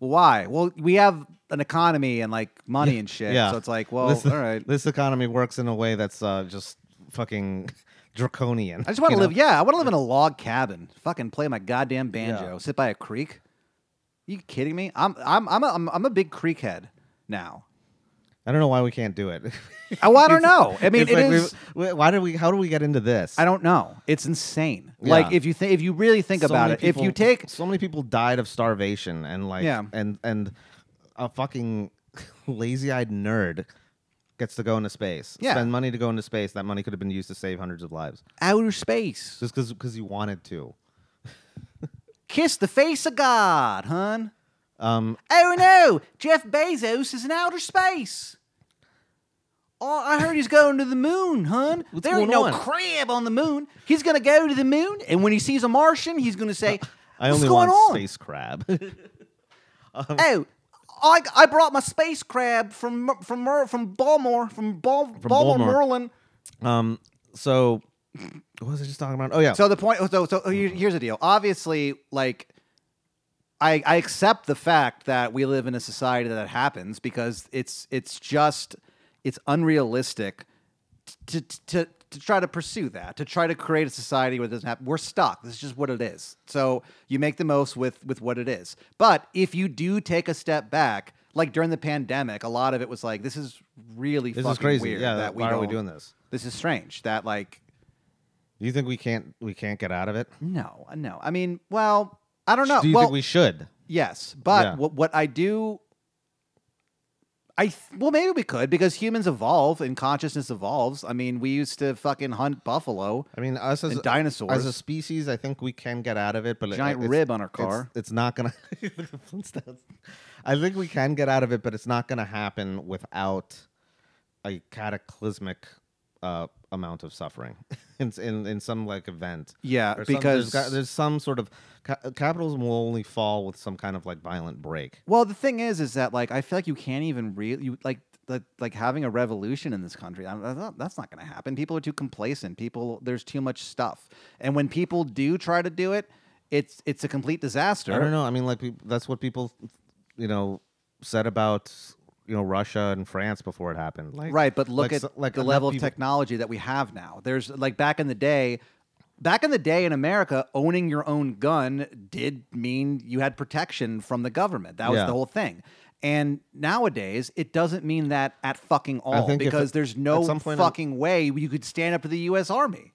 S3: Well, Why? Well, we have an economy and like money and shit.
S1: yeah.
S3: So it's like, well,
S1: this,
S3: all right.
S1: This economy works in a way that's uh, just fucking draconian.
S3: I just want to
S1: you know?
S3: live. Yeah, I want to live in a log cabin. Fucking play my goddamn banjo. Sit by a creek. You kidding me? I'm I'm I'm a, I'm, I'm a big creek head now.
S1: I don't know why we can't do it.
S3: Oh, well, I don't know. I mean,
S1: It's
S3: it
S1: like we've-
S3: is-
S1: we- Why did we? How do we get into this?
S3: I don't know. It's insane.
S1: Yeah.
S3: Like if you think if you really think
S1: So
S3: about
S1: many
S3: it, if you
S1: people-
S3: take
S1: so many people died of starvation and like
S3: Yeah.
S1: and and a fucking lazy-eyed nerd gets to go into space.
S3: Yeah.
S1: Spend money to go into space. That money could have been used to save hundreds of lives
S3: outer space,
S1: just because because you wanted to.
S3: kiss the face of God, hun.
S1: Um,
S3: Oh no, Jeff Bezos is in outer space. Oh, I heard he's going to the moon, hun.
S1: What's
S3: there ain't no
S1: going on?
S3: crab on the moon. He's gonna go to the moon, and when he sees a Martian, he's gonna say,
S1: I
S3: "What's
S1: only
S3: going
S1: want
S3: on?
S1: space crab.
S3: Oh, I, I brought my space crab from from Mer- from Baltimore from, Bal- Baltimore,
S1: Baltimore.
S3: Maryland."
S1: Um. So, what was I just talking about? Oh yeah.
S3: So the point. So so here- here's the deal. Obviously, like. I, I accept the fact that we live in a society that happens because it's it's just it's unrealistic to to to try to pursue that to try to create a society where it doesn't happen we're stuck this is just what it is so you make the most with with what it is but if you do take a step back like during the pandemic a lot of it was like this is really
S1: this
S3: fucking
S1: is crazy.
S3: weird
S1: yeah.
S3: that we
S1: why are we
S3: don't-
S1: doing this?
S3: this is strange that like
S1: Do you think we can't we can't get out of it?
S3: no, no. I mean, well, I don't know.
S1: Do you
S3: well,
S1: think we should?
S3: yes, but
S1: Yeah.
S3: what what I do, I th- well maybe we could because humans evolve and consciousness evolves. I mean, we used to fucking hunt buffalo
S1: I mean, us as
S3: and dinosaurs.
S1: as a species, I think we can get out of it. But it-
S3: Giant
S1: it's-
S3: rib on our
S1: it's-
S3: car.
S1: It's, not gonna. Flintstones. I think we can get out of it, but it's not gonna happen without a cataclysmic uh, amount of suffering in, in in some like event.
S3: yeah,
S1: Or some-
S3: because
S1: there's, got- there's some sort of ca- capitalism will only fall with some kind of like violent break.
S3: well, the thing is, is that like I feel like you can't even really you like. Like, like having a revolution in this country, I that's not, that's not going to happen. People are too complacent. People, there's too much stuff, and when people do try to do it, it's it's a complete disaster.
S1: I don't know. I mean, like peop- that's what people, you know, said about you know Russia and France before it happened. Like,
S3: Right, but look
S1: like
S3: at
S1: so- like
S3: the
S1: enough
S3: level of
S1: people-
S3: technology that we have now. There's like back in the day, back in the day in America, owning your own gun did mean you had protection from the government. That was
S1: Yeah.
S3: the whole thing. And nowadays, it doesn't mean that at fucking all
S1: think if
S3: because
S1: it-
S3: there's no
S1: some point in-
S3: fucking way you could stand up to the U.S. Army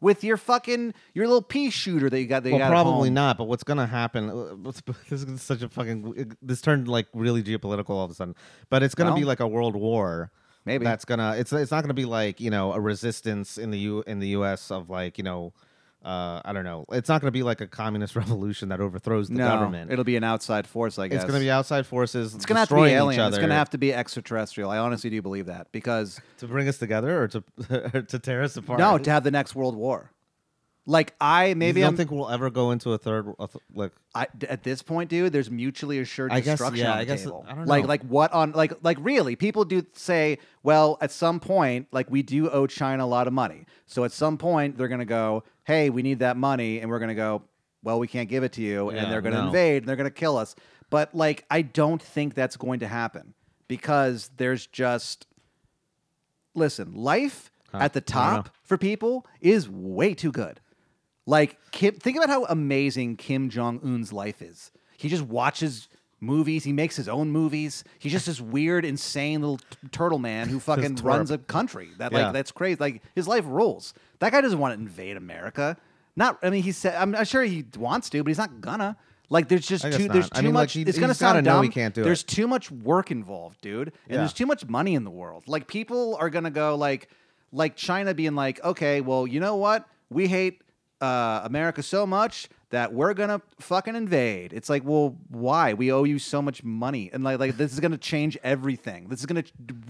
S3: with your fucking your little pea shooter that you got. That you
S1: Well,
S3: got at
S1: probably
S3: home.
S1: not. But what's gonna happen? uh, what's- This is such a fucking. This turned like really geopolitical all of a sudden. But it's gonna be
S3: Well,
S1: like a world war.
S3: maybe.
S1: that's gonna. It's it's not gonna be like you know a resistance in the U in the U.S. of like you know. Uh, I don't know. It's not going to be like a communist revolution that overthrows the
S3: No,
S1: government.
S3: it'll be an outside force. I guess
S1: it's going to be outside forces
S3: It's gonna have to be
S1: destroying each
S3: alien.
S1: other.
S3: It's gonna have to be extraterrestrial. I honestly do believe that because
S1: to bring us together or to or to tear us apart.
S3: no, to have the next world war. Like I maybe
S1: you don't
S3: I'm
S1: think we'll ever go into a third a th- like
S3: I, d- at this point, dude. There's mutually assured
S1: I guess-
S3: destruction
S1: yeah,
S3: on the
S1: I guess-
S3: table.
S1: I don't
S3: Like
S1: know.
S3: like what on like like really people do say well at some point like we do owe China a lot of money. So at some point they're gonna go hey we need that money and we're gonna go well we can't give it to you
S1: Yeah,
S3: and they're gonna
S1: no.
S3: invade and they're gonna kill us. But like I don't think that's going to happen because there's just listen, life at the top for people is way too good. Like Kim, think about how amazing Kim Jong Un's life is. He just watches movies. He makes his own movies. He's just this weird, insane little t- turtle man who fucking
S1: twerp.
S3: runs a country. That
S1: Yeah.
S3: like that's crazy. Like his life rules. That guy doesn't want to invade America. Not. I mean, he said. I'm, I'm sure he wants to, but he's not gonna. Like there's just
S1: I guess
S3: too there's
S1: not.
S3: too
S1: I mean, like,
S3: much.
S1: he-
S3: it's gonna
S1: he's gotta
S3: sound
S1: know
S3: dumb.
S1: he can't do it.
S3: there's too much work involved, dude, and
S1: Yeah.
S3: there's too much money in the world. Like people are gonna go like like China being like, okay, well, you know what? We hate uh, America so much that we're gonna fucking invade. It's like, well, why? We owe you so much money, and like like this is gonna change everything. This is gonna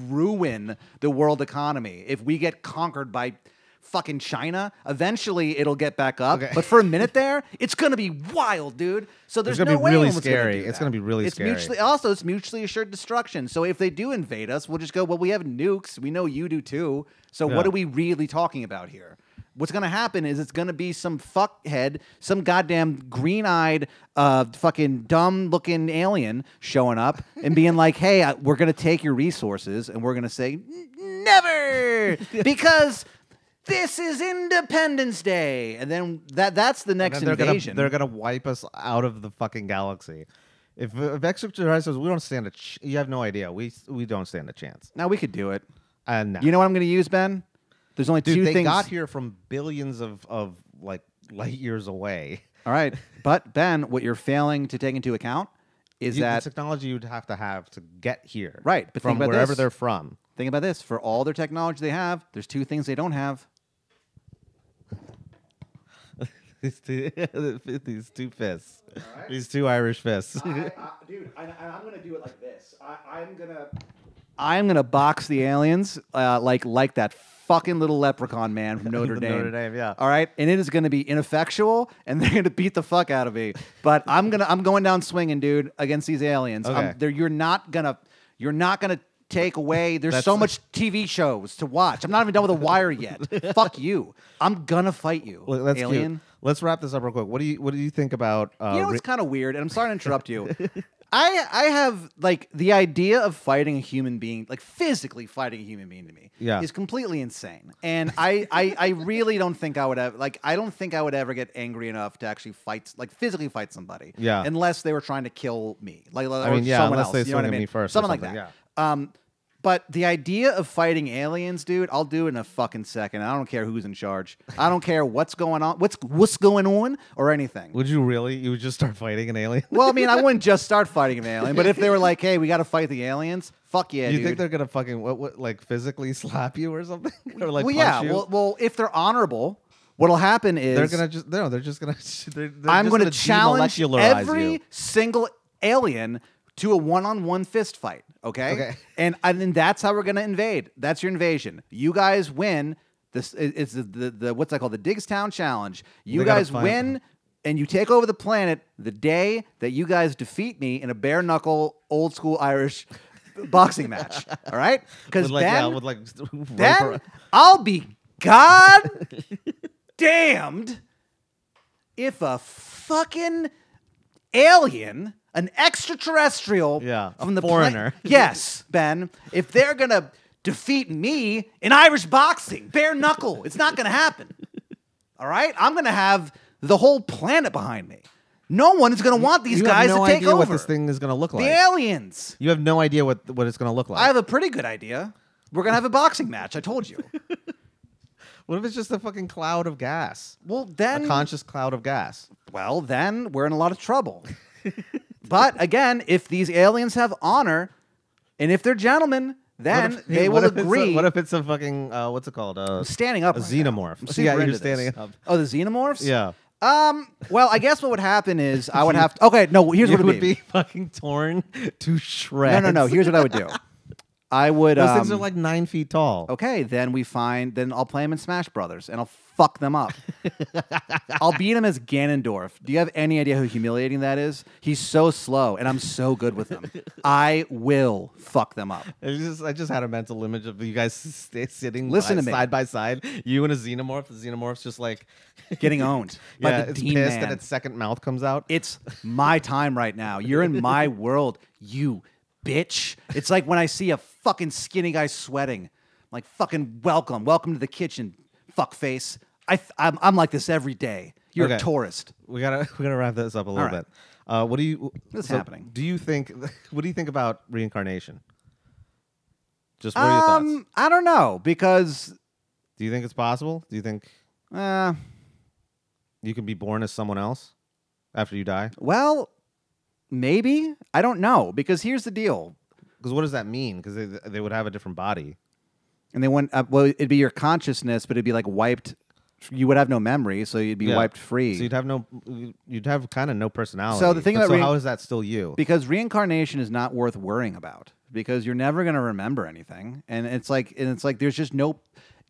S3: ruin the world economy if we get conquered by. Fucking China. Eventually, it'll get back up.
S1: Okay.
S3: But for a minute there, it's gonna be wild, dude. So there's
S1: It's gonna
S3: no
S1: be
S3: way
S1: really
S3: anyone's gonna
S1: scary.
S3: do
S1: It's
S3: that.
S1: gonna be really
S3: It's
S1: scary.
S3: mutually- also, it's mutually assured destruction. So if they do invade us, we'll just go. Well, we have nukes. We know you do too. So what
S1: Yeah.
S3: are we really talking about here? What's gonna happen is it's gonna be some fuckhead, some goddamn green-eyed, uh, fucking dumb-looking alien showing up and being like, "Hey, I, we're gonna take your resources," and we're gonna say, "N- "Never," because. This is Independence Day, and then that—that's the next
S1: they're
S3: invasion.
S1: Gonna, they're gonna wipe us out of the fucking galaxy. If, if extraterrestrials, we don't stand a. Ch- you have no idea. We we don't stand a chance.
S3: now we could do it.
S1: Uh, no.
S3: You know what I'm going to use, Ben? There's only
S1: dude,
S3: two
S1: they
S3: things.
S1: got here from billions of of like light years away.
S3: All right, but Ben, what you're failing to take into account is
S1: You-
S3: that
S1: the technology you'd have to have to get here?
S3: Right, but
S1: from
S3: think about
S1: wherever
S3: this.
S1: they're from.
S3: think about this: for all their technology they have, there's two things they don't have.
S1: these two, these two fists, these two Irish fists.
S3: dude, I, I'm going to do it like this. I, I'm going to. I'm gonna box the aliens uh, like like that fucking little leprechaun man from Notre
S1: The
S3: Dame.
S1: Notre Dame, yeah.
S3: All right, and it is gonna be ineffectual, and they're gonna beat the fuck out of me. But I'm gonna I'm going down swinging, dude, against these aliens. I'm-
S1: Okay.
S3: they're- you're not gonna you're not gonna take away. There's
S1: That's-
S3: so much TV shows to watch. I'm not even done with The Wire yet. fuck you. I'm gonna fight you,
S1: Look, that's cute.
S3: alien.
S1: Let's wrap this up real quick. What do you what do you think about? Uh,
S3: You know
S1: re-
S3: what's kind of weird, and I'm sorry to interrupt you. I I have like the idea of fighting a human being, like physically fighting a human being to me,
S1: Yeah.
S3: is completely insane. And I, I I really don't think I would ever like I don't think I would ever get angry enough to actually fight like physically fight somebody.
S1: Yeah.
S3: Unless they were trying to kill me. Like
S1: I mean,
S3: or
S1: yeah,
S3: someone
S1: unless
S3: else.
S1: they
S3: you know what I
S1: swing at
S3: mean?
S1: me first or
S3: Something, like
S1: something,
S3: that. Um but the idea of fighting aliens, dude, I'll do it in a fucking second. I don't care who's in charge. I don't care what's going on, what's what's going on or anything.
S1: would you really? You would just start fighting an alien?
S3: Well, I mean, I wouldn't just start fighting an alien, but if they were like, "Hey, we got to fight the aliens," fuck yeah,
S1: you
S3: dude.
S1: think they're gonna fucking what, what like physically slap you or something or like
S3: well,
S1: punch
S3: yeah.
S1: you?
S3: Well, well, if they're honorable, what'll happen is
S1: they're gonna just no, they're just gonna. They're, they're
S3: I'm
S1: just
S3: going
S1: gonna
S3: to challenge
S1: demolecularize
S3: every
S1: you.
S3: single alien to a one-on-one fist fight. Okay.
S1: Okay.
S3: And and then that's how we're going to invade. That's your invasion. You guys win. This i- it's the, the, the what's that called? The Digstown Challenge. You
S1: They gotta
S3: guys
S1: find-
S3: win. And you take over the planet the day that you guys defeat me in a bare knuckle, old school Irish boxing match. All right? Because
S1: With like, yeah,
S3: then,
S1: with like rope
S3: then
S1: around-
S3: I'll be God damned if a fucking alien, an extraterrestrial,
S1: Yeah, a
S3: from the pla-
S1: foreigner.
S3: yes, Ben, if they're gonna defeat me in Irish boxing, bare knuckle, it's not gonna happen. All right, I'm gonna have the whole planet behind me. No one is gonna want these
S1: you
S3: guys
S1: have no
S3: to take
S1: idea
S3: over
S1: what this thing is gonna look
S3: the
S1: like.
S3: aliens.
S1: you have no idea what what it's gonna look like.
S3: I have a pretty good idea. We're gonna have a boxing match. I told you.
S1: what if it's just a fucking cloud of gas?
S3: Well,
S1: A
S3: then
S1: conscious cloud of gas.
S3: well, then we're in a lot of trouble. but again, if these aliens have honor and if they're gentlemen, then
S1: What if-
S3: they
S1: what
S3: will
S1: if it's a-
S3: agree.
S1: what if it's a fucking uh, what's it called? Uh,
S3: standing up
S1: a
S3: right now.
S1: xenomorph.
S3: I'm super
S1: yeah, you're
S3: into this.
S1: standing up.
S3: Oh, the xenomorphs?
S1: Yeah.
S3: Um, well, I guess what would happen is I would have to Okay, no, here's
S1: you
S3: what it
S1: would be. fucking torn to
S3: No,
S1: shreds.
S3: no, no, here's what I would do. I would
S1: Those
S3: um, Oh.
S1: things are like nine feet tall.
S3: okay, then we find, then I'll play him in Smash Brothers and I'll fuck them up. I'll beat him as Ganondorf. Do you have any idea how humiliating that is? He's so slow and I'm so good with him. I will fuck them up.
S1: I just, I just had a mental image of you guys st- sitting
S3: Listen
S1: by-
S3: to me.
S1: side by side, you and a xenomorph. The xenomorph's just like,
S3: Getting owned by
S1: yeah,
S3: the
S1: it's
S3: Dean
S1: pissed
S3: Man.
S1: and its second mouth comes out.
S3: It's my time right now. You're in my world, you bitch. It's like when I see a fucking skinny guy sweating. I'm like, fucking welcome. Welcome to the kitchen, fuckface. I th- I'm, I'm like this every day. You're a
S1: Okay.
S3: tourist.
S1: we gotta we gotta wrap this up a little
S3: right.
S1: bit. Uh, what do you?
S3: What's
S1: so
S3: happening?
S1: Do you think? What do you think about reincarnation? Just what are your thoughts?
S3: Um, I don't know because
S1: Do you think it's possible? Do you think
S3: uh,
S1: you can be born as someone else after you die?
S3: well, maybe I don't know because here's the deal.
S1: Because what does that mean? Because they they would have a different body.
S3: And they went up. Well, it'd be your consciousness, but it'd be like wiped. You would have no memory, so you'd be
S1: Yeah.
S3: wiped free.
S1: So you'd have no, you'd have kind of no personality.
S3: So the thing
S1: But
S3: about
S1: so
S3: rein-
S1: how is that still you?
S3: because reincarnation is not worth worrying about because you're never going to remember anything and it's like and it's like there's just no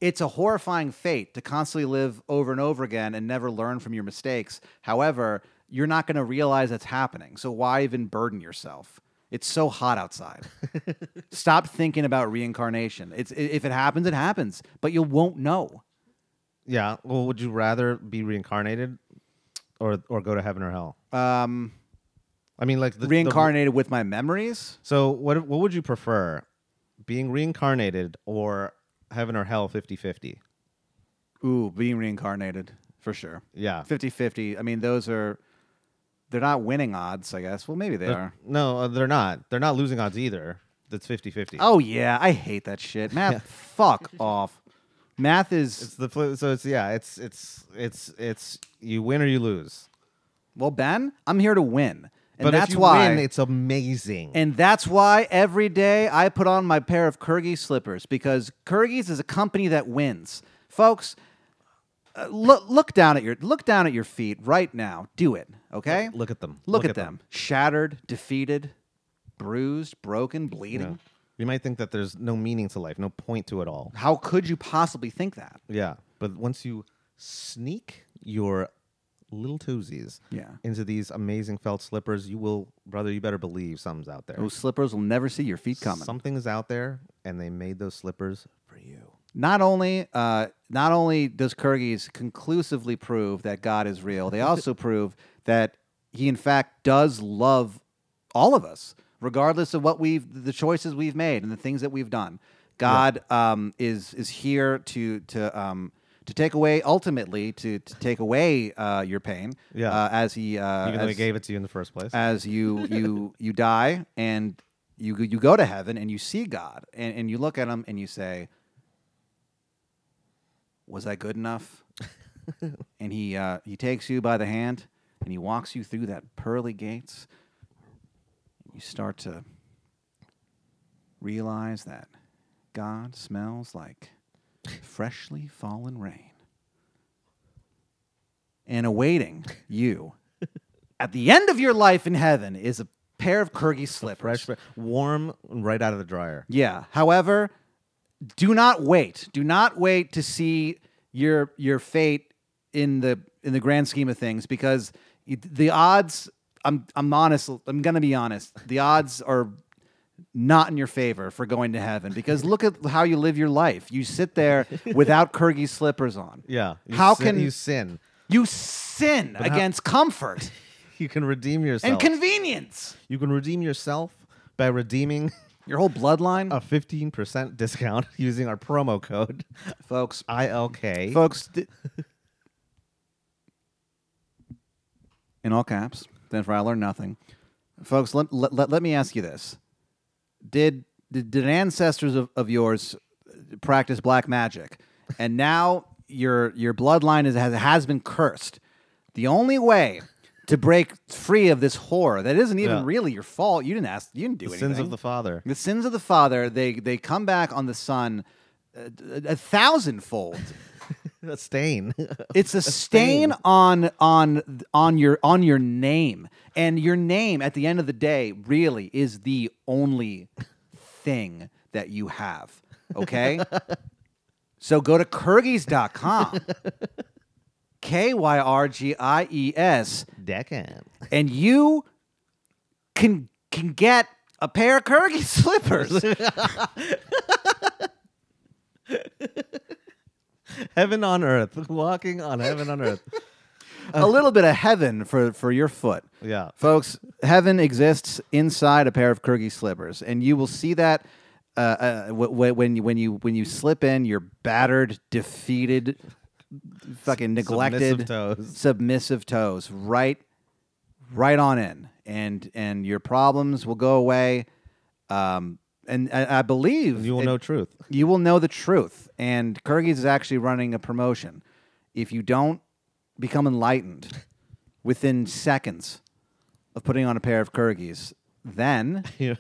S3: it's a horrifying fate to constantly live over and over again and never learn from your mistakes however you're not going to realize that's happening so why even burden yourself it's so hot outside stop thinking about reincarnation it's i- if it happens it happens but you won't know
S1: yeah. Well, would you rather be reincarnated, or or go to heaven or hell?
S3: um,
S1: I mean, like the, the-
S3: reincarnated with my memories
S1: so what what would you prefer, being reincarnated or heaven or hell 50-50?
S3: ooh being reincarnated for sure
S1: Yeah.
S3: 50 50. I mean, those are, they're not winning odds, I guess. Well, maybe they are.
S1: No, uh, they're not. They're not losing odds either. That's 50-50.
S3: Oh, yeah. I hate that shit. Math, fuck off. Math
S1: It's
S3: is,
S1: the flip. So it's yeah. It's it's it's it's you win or you lose.
S3: well, Ben, I'm here to win. And
S1: but
S3: that's
S1: if you
S3: why.
S1: win, it's amazing.
S3: and that's why every day I put on my pair of Kyrgyz slippers because Kyrgyz is a company that wins. Folks, uh, look, look down at your look down at your feet right now. Do it, okay?
S1: look at them.
S3: Look, at, them. Shattered, defeated, bruised, broken, bleeding.
S1: Yeah. You might think that there's no meaning to life, no point to it all.
S3: How could you possibly think that?
S1: Yeah, but once you sneak your little toesies
S3: Yeah.
S1: into these amazing felt slippers, you will, brother. You better believe something's out there.
S3: Those slippers will never see your feet Oh, coming.
S1: Something is out there, and they made those slippers for you.
S3: not only, uh, not only does Kyrgyz conclusively prove that God is real, they also prove that He, in fact, does love all of us, regardless of what we've, the choices we've made and the things that we've done. God um, is is here to to um, to take away ultimately to, to take away uh, your pain.
S1: Yeah.
S3: Uh, as He uh,
S1: Even though they
S3: as-
S1: gave it to you in the first place.
S3: as you you you die and you you go to heaven and you see God and, and you look at him and you say, "Was I good enough?" and he uh, he takes you by the hand and he walks you through that pearly gates. You start to realize that God smells like freshly fallen rain and awaiting you at the end of your life in heaven is a pair of Kyrgyz slippers.
S1: Fresh, warm, right out of the dryer.
S3: Yeah. However, do not wait. Do not wait to see your your fate in the in the grand scheme of things because y- the odds I'm I'm honest I'm going to be honest. The odds are not in your favor for going to heaven because look at how you live your life. You sit there without Kyrgyz slippers on.
S1: Yeah. you
S3: How
S1: sin-
S3: can-
S1: you sin?
S3: You sin against comfort
S1: You can redeem yourself.
S3: and convenience.
S1: you can redeem yourself by redeeming
S3: Your whole bloodline,
S1: a 15% discount using our promo code
S3: folks.
S1: ILK.
S3: folks. d- in all caps, then for I learned nothing. Folks, let, let, let, let me ask you this. Did, did, did ancestors of, of yours practice black magic? And now your, your bloodline is, has, has been cursed. The only way to break free of this horror that isn't even
S1: Yeah.
S3: really your fault, you didn't ask, you didn't do
S1: the
S3: anything.
S1: sins of the father.
S3: The sins of the father, they, they come back on the son a, a, a thousandfold
S1: A stain.
S3: it's a, stain, on on on your on your name and your name at the end of the day really is the only thing that you have okay so go to kyrgyz.com k-y-r-g-i-e-s
S1: Deccan.
S3: E and you can can get a pair of Kyrgyz slippers
S1: Heaven on earth. Walking on heaven on earth.
S3: a little bit of heaven for for your foot
S1: Yeah.
S3: Folks, heaven exists inside a pair of Kyrgyz slippers, and you will see that uh, uh, w- w- when you when you when you slip in your battered, defeated, fucking neglected,
S1: submissive toes.
S3: submissive toes, right, right on in, and and your problems will go away. Um, and I, I believe
S1: You will
S3: it-
S1: know truth.
S3: you will know the truth. And Kyrgyz is actually running a promotion. If you don't become enlightened within seconds of putting on a pair of Kyrgyz, then
S1: your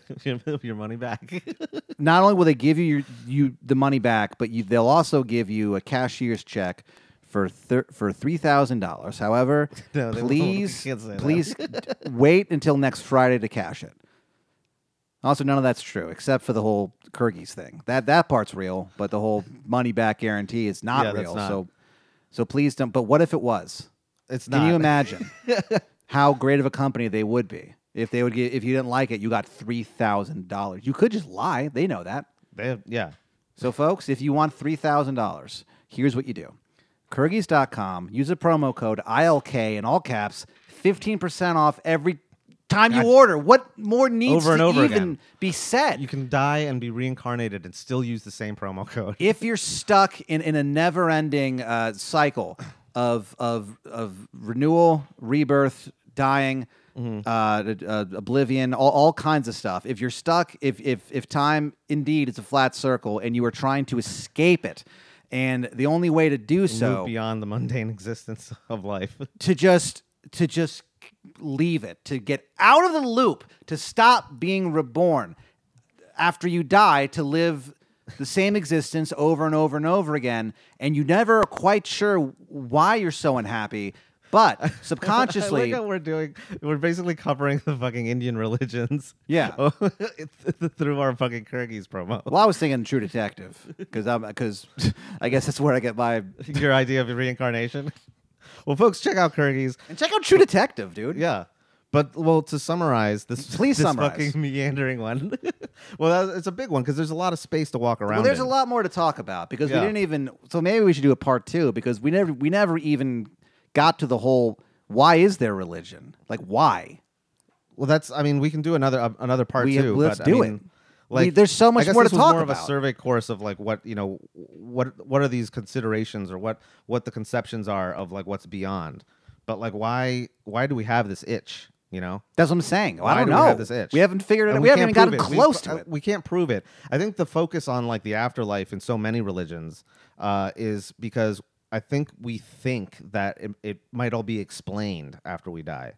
S1: your money back.
S3: not only will they give you your, you the money back, but you, they'll also give you a cashier's check for thir- for three thousand dollars. However,
S1: No, they won't.
S3: please
S1: Can't say that.
S3: please d- wait until next Friday to cash it. Also, none of that's true except for the whole Kyrgyz thing. That that part's real, but the whole money back guarantee is not
S1: Yeah, that's
S3: real.
S1: not.
S3: So so please don't. But what if it was?
S1: It's
S3: Can you
S1: not.
S3: imagine how great of a company they would be if they would get if you didn't like it, you got three thousand dollars. You could just lie. They know that.
S1: They have, yeah.
S3: So, folks, if you want $3,000, here's what you do Kyrgyz.com, use a promo code ILK in all caps, 15% off every time you order. What more needs
S1: Over and
S3: to
S1: over
S3: even
S1: again.
S3: be said?
S1: You can die and be reincarnated and still use the same promo code.
S3: if you're stuck in, in a never ending uh, cycle of, of, of renewal, rebirth, dying, uh, d- uh, oblivion, all, all kinds of stuff. If you're stuck, if, if, if time indeed is a flat circle and you are trying to escape it, and the only way to do so
S1: Move beyond the mundane existence of life.
S3: to just to just leave it to get out of the loop to stop being reborn after you die to live the same existence over and over and over again and you never are quite sure why you're so unhappy but subconsciously
S1: I like how we're doing. We're basically covering the fucking Indian religions. Oh,
S3: Yeah.
S1: through our fucking Kyrgyz promo.
S3: well i was thinking true detective because i'm because i guess that's where i get my
S1: Your idea of reincarnation. Well, folks, check out Kyrgyz.
S3: and check out true detective dude
S1: Yeah. But well, to summarize this,
S3: Please
S1: this
S3: summarize.
S1: fucking meandering one. well, that, it's a big one because there's a lot of space to walk around.
S3: Well, there's
S1: in.
S3: a lot more to talk about because
S1: Yeah.
S3: we didn't even. So maybe we should do a part two because we never we never even got to the whole why is there religion like why
S1: Well, that's. I mean, we can do another uh, another part
S3: We-
S1: too.
S3: let's
S1: but,
S3: do
S1: I
S3: it.
S1: mean,
S3: We- there's so
S1: I
S3: much
S1: guess
S3: more to
S1: this was
S3: talk
S1: more of a
S3: about.
S1: survey course of like what you know, what what are these considerations or what what the conceptions are of like what's beyond. But like, why why do we have this itch? You know,
S3: that's what I'm saying. Well,
S1: Why
S3: I don't
S1: do
S3: know.
S1: we have this itch?
S3: haven't figured it.
S1: And
S3: out. We, haven't
S1: can't
S3: even gotten
S1: prove it. We-
S3: close
S1: uh,
S3: to it.
S1: We can't prove it. I think the focus on like the afterlife in so many religions uh, is because I think we think that it, it might all be explained after we die.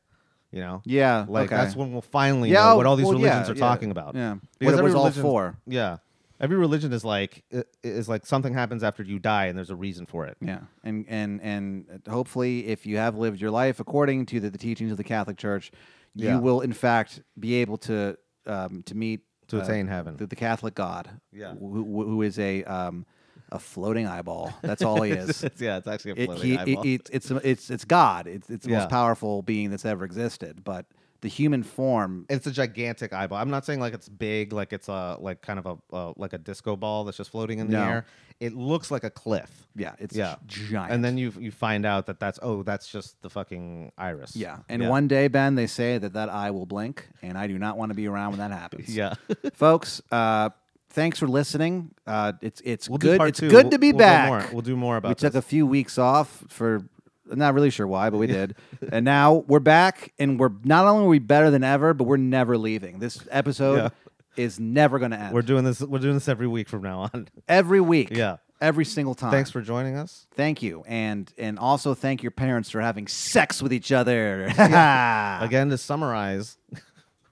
S1: You know,
S3: Yeah,
S1: like
S3: okay.
S1: that's when we'll finally
S3: Yeah,
S1: know
S3: oh,
S1: what all these
S3: well,
S1: religions
S3: yeah,
S1: are
S3: yeah,
S1: talking about.
S3: yeah.
S1: Because
S3: What it
S1: every
S3: was all
S1: religion's-
S3: for.
S1: Yeah, every religion is like i- is like something happens after you die, and there's a reason for it.
S3: Yeah, and and and hopefully, if you have lived your life according to the, the teachings of the Catholic Church,
S1: Yeah.
S3: you will in fact be able to um, to meet
S1: To attain heaven.
S3: the, the Catholic God,
S1: Yeah.
S3: who, who who is a um, a floating eyeball. That's all he is.
S1: yeah, it's actually a
S3: It-
S1: floating
S3: he- it-
S1: eyeball.
S3: it's- it's it's it's God. It's it's the
S1: Yeah.
S3: most powerful being that's ever existed. But the human form,
S1: it's a gigantic eyeball. I'm not saying like it's big, like it's a like kind of a uh, like a disco ball that's just floating in the
S3: No.
S1: air. It looks like a cliff.
S3: yeah, it's
S1: Yeah.
S3: giant.
S1: And then you you find out that that's oh that's just the fucking iris.
S3: yeah, and one day, Ben, they say that that eye will blink, and I do not want to be around when that happens.
S1: yeah.
S3: folks. Uh, thanks for listening. Uh, it's it's
S1: We'll do
S3: good.
S1: part
S3: It's
S1: two.
S3: good
S1: We'll-
S3: to be
S1: we'll go
S3: back.
S1: more. We'll do more about
S3: We took
S1: this.
S3: a few weeks off for. I'm not really sure why, but we did. and now we're back, and we're not only are we better than ever, but we're never leaving. This episode
S1: Yeah.
S3: is never going to end.
S1: We're doing this. We're doing this every week from now on.
S3: every week.
S1: Yeah.
S3: Every single time.
S1: Thanks for joining us.
S3: Thank you. And and also thank your parents for having sex with each other. Ah.
S1: Again, to summarize,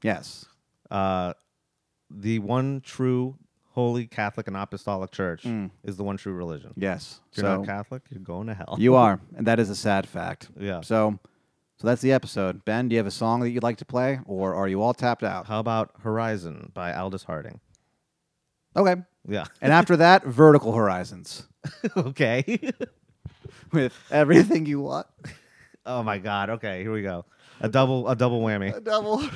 S3: Yes.
S1: uh, the one true holy Catholic and Apostolic Church is the one true religion.
S3: Yes.
S1: If you're
S3: Mm. so
S1: not Catholic, you're going to hell.
S3: you are, and that is a sad fact.
S1: Yeah.
S3: So so that's the episode. Ben, do you have a song that you'd like to play or are you all tapped out?
S1: How about Horizon by Aldous Harding?
S3: Okay.
S1: Yeah.
S3: And after that, Vertical Horizons
S1: okay.
S3: with everything you want.
S1: oh my god. Okay, here we go. A double a double
S3: Uh,
S1: whammy.
S3: Double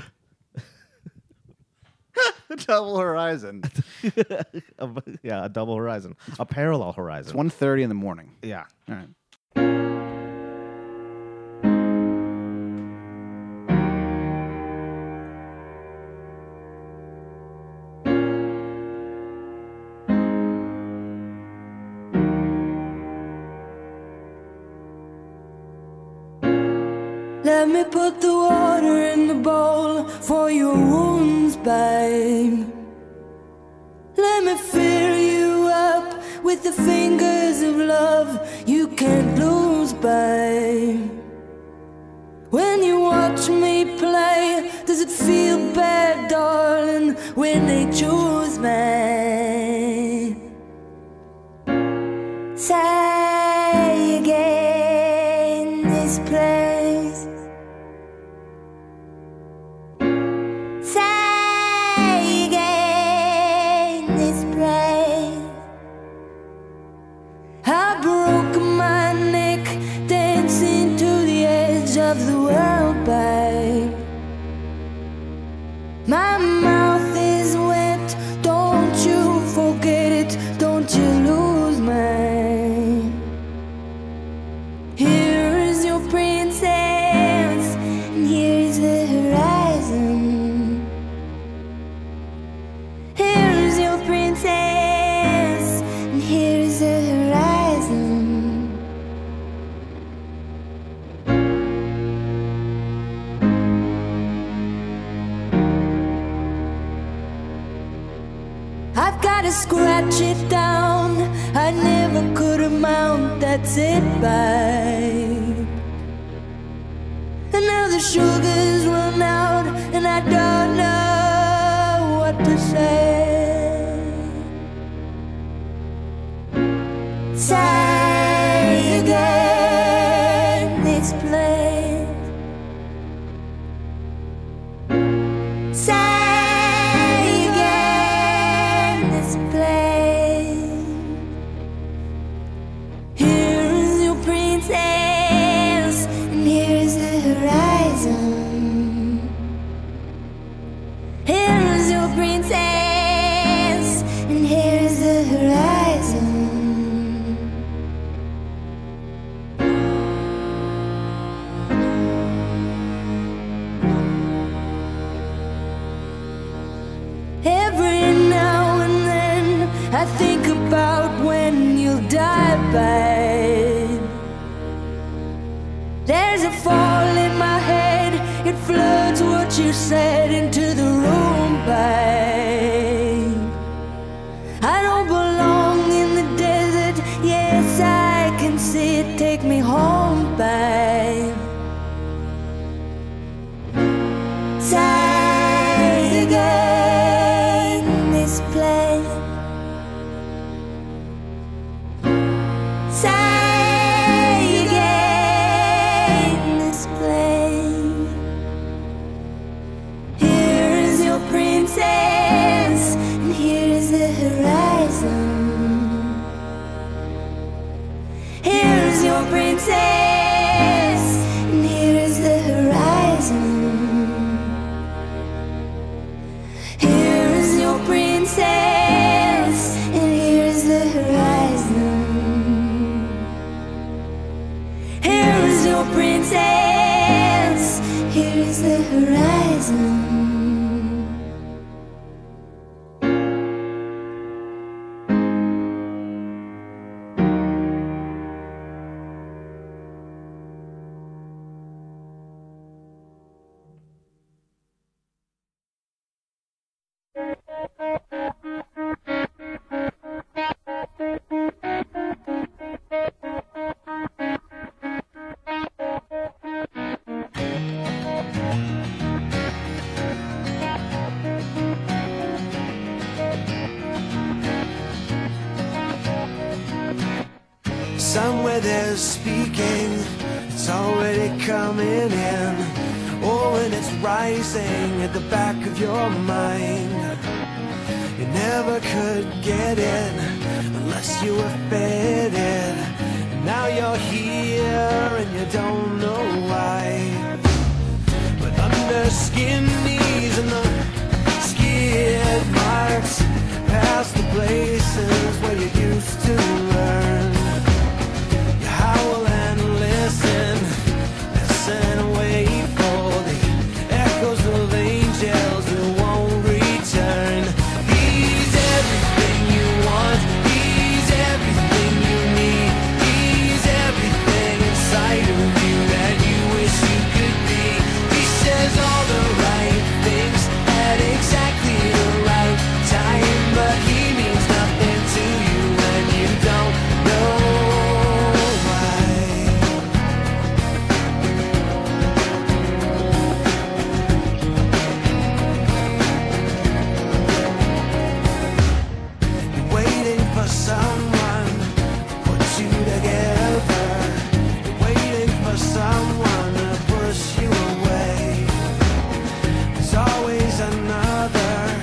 S3: Double Horizon. It's
S1: A- yeah, a double horizon. A parallel horizon.
S3: 1:30 in the morning.
S1: yeah.
S3: All right.
S5: Let me put the water in the bowl for your wounds, babe. Let me fill you up with the fingers of love you can't lose, babe. When you watch me play, does it feel bad, darling, when they choose me? Say again this place. Say again this place. I broke my neck dancing to the edge of the world, babe. My mouth is wet, don't you forget it, don't you lose me. Here is your princess, and here is the horizon. Here is your princess, and here is the horizon. I've gotta scratch it down. I never could amount, that's it, babe. And now the sugar's run out, and I don't know what to say. Say again this place. Say again this place. Here is your princess, and here is the horizon. Here is your princess, and here is the horizon. Every now and then I think about when you'll die, babe. There's a fall in my head, it floods what you said into the room, babe. I don't belong in the desert, yes, I can see it. Take me home, babe. Say again this place. Say again this place. Here is your princess, and here is the horizon. Here is your princess, and here is the horizon. Here is your princess, and here is the horizon. Here is your princess, here is the horizon.
S6: Somewhere they're speaking, it's already coming in. Oh, and it's rising at the back of your mind. You never could get it unless you were fed it. Now you're here and you don't know why. But under skin knees and the skid marks, past the places where you used to learn. You howl and listen, listen and wait for the echoes of angels who won't return. He's everything you want, he's everything you need, he's everything inside of you that you wish you could for someone to put you together. You're waiting for someone to push you away. There's always another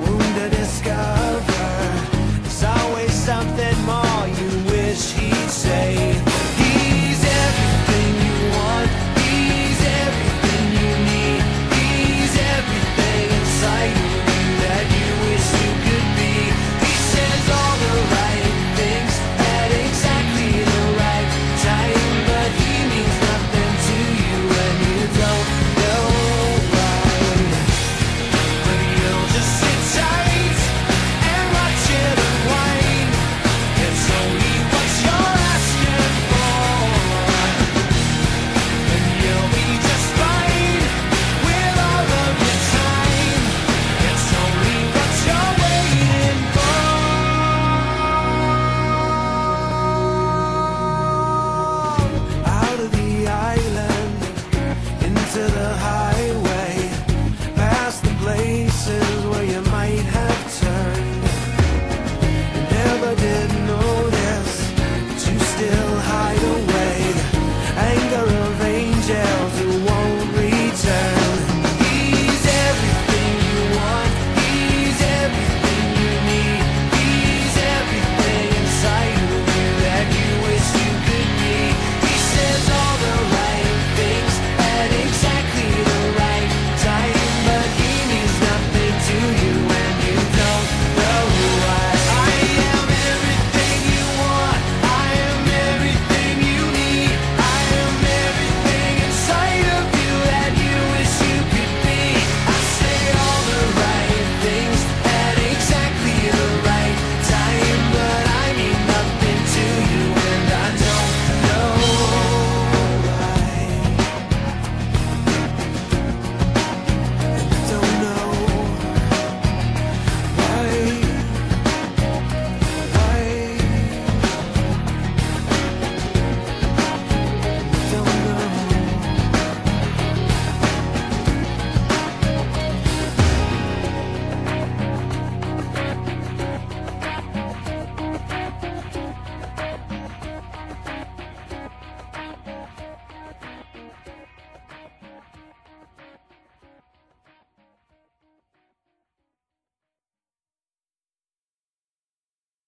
S6: wound to discover. There's always something more you wish he'd say.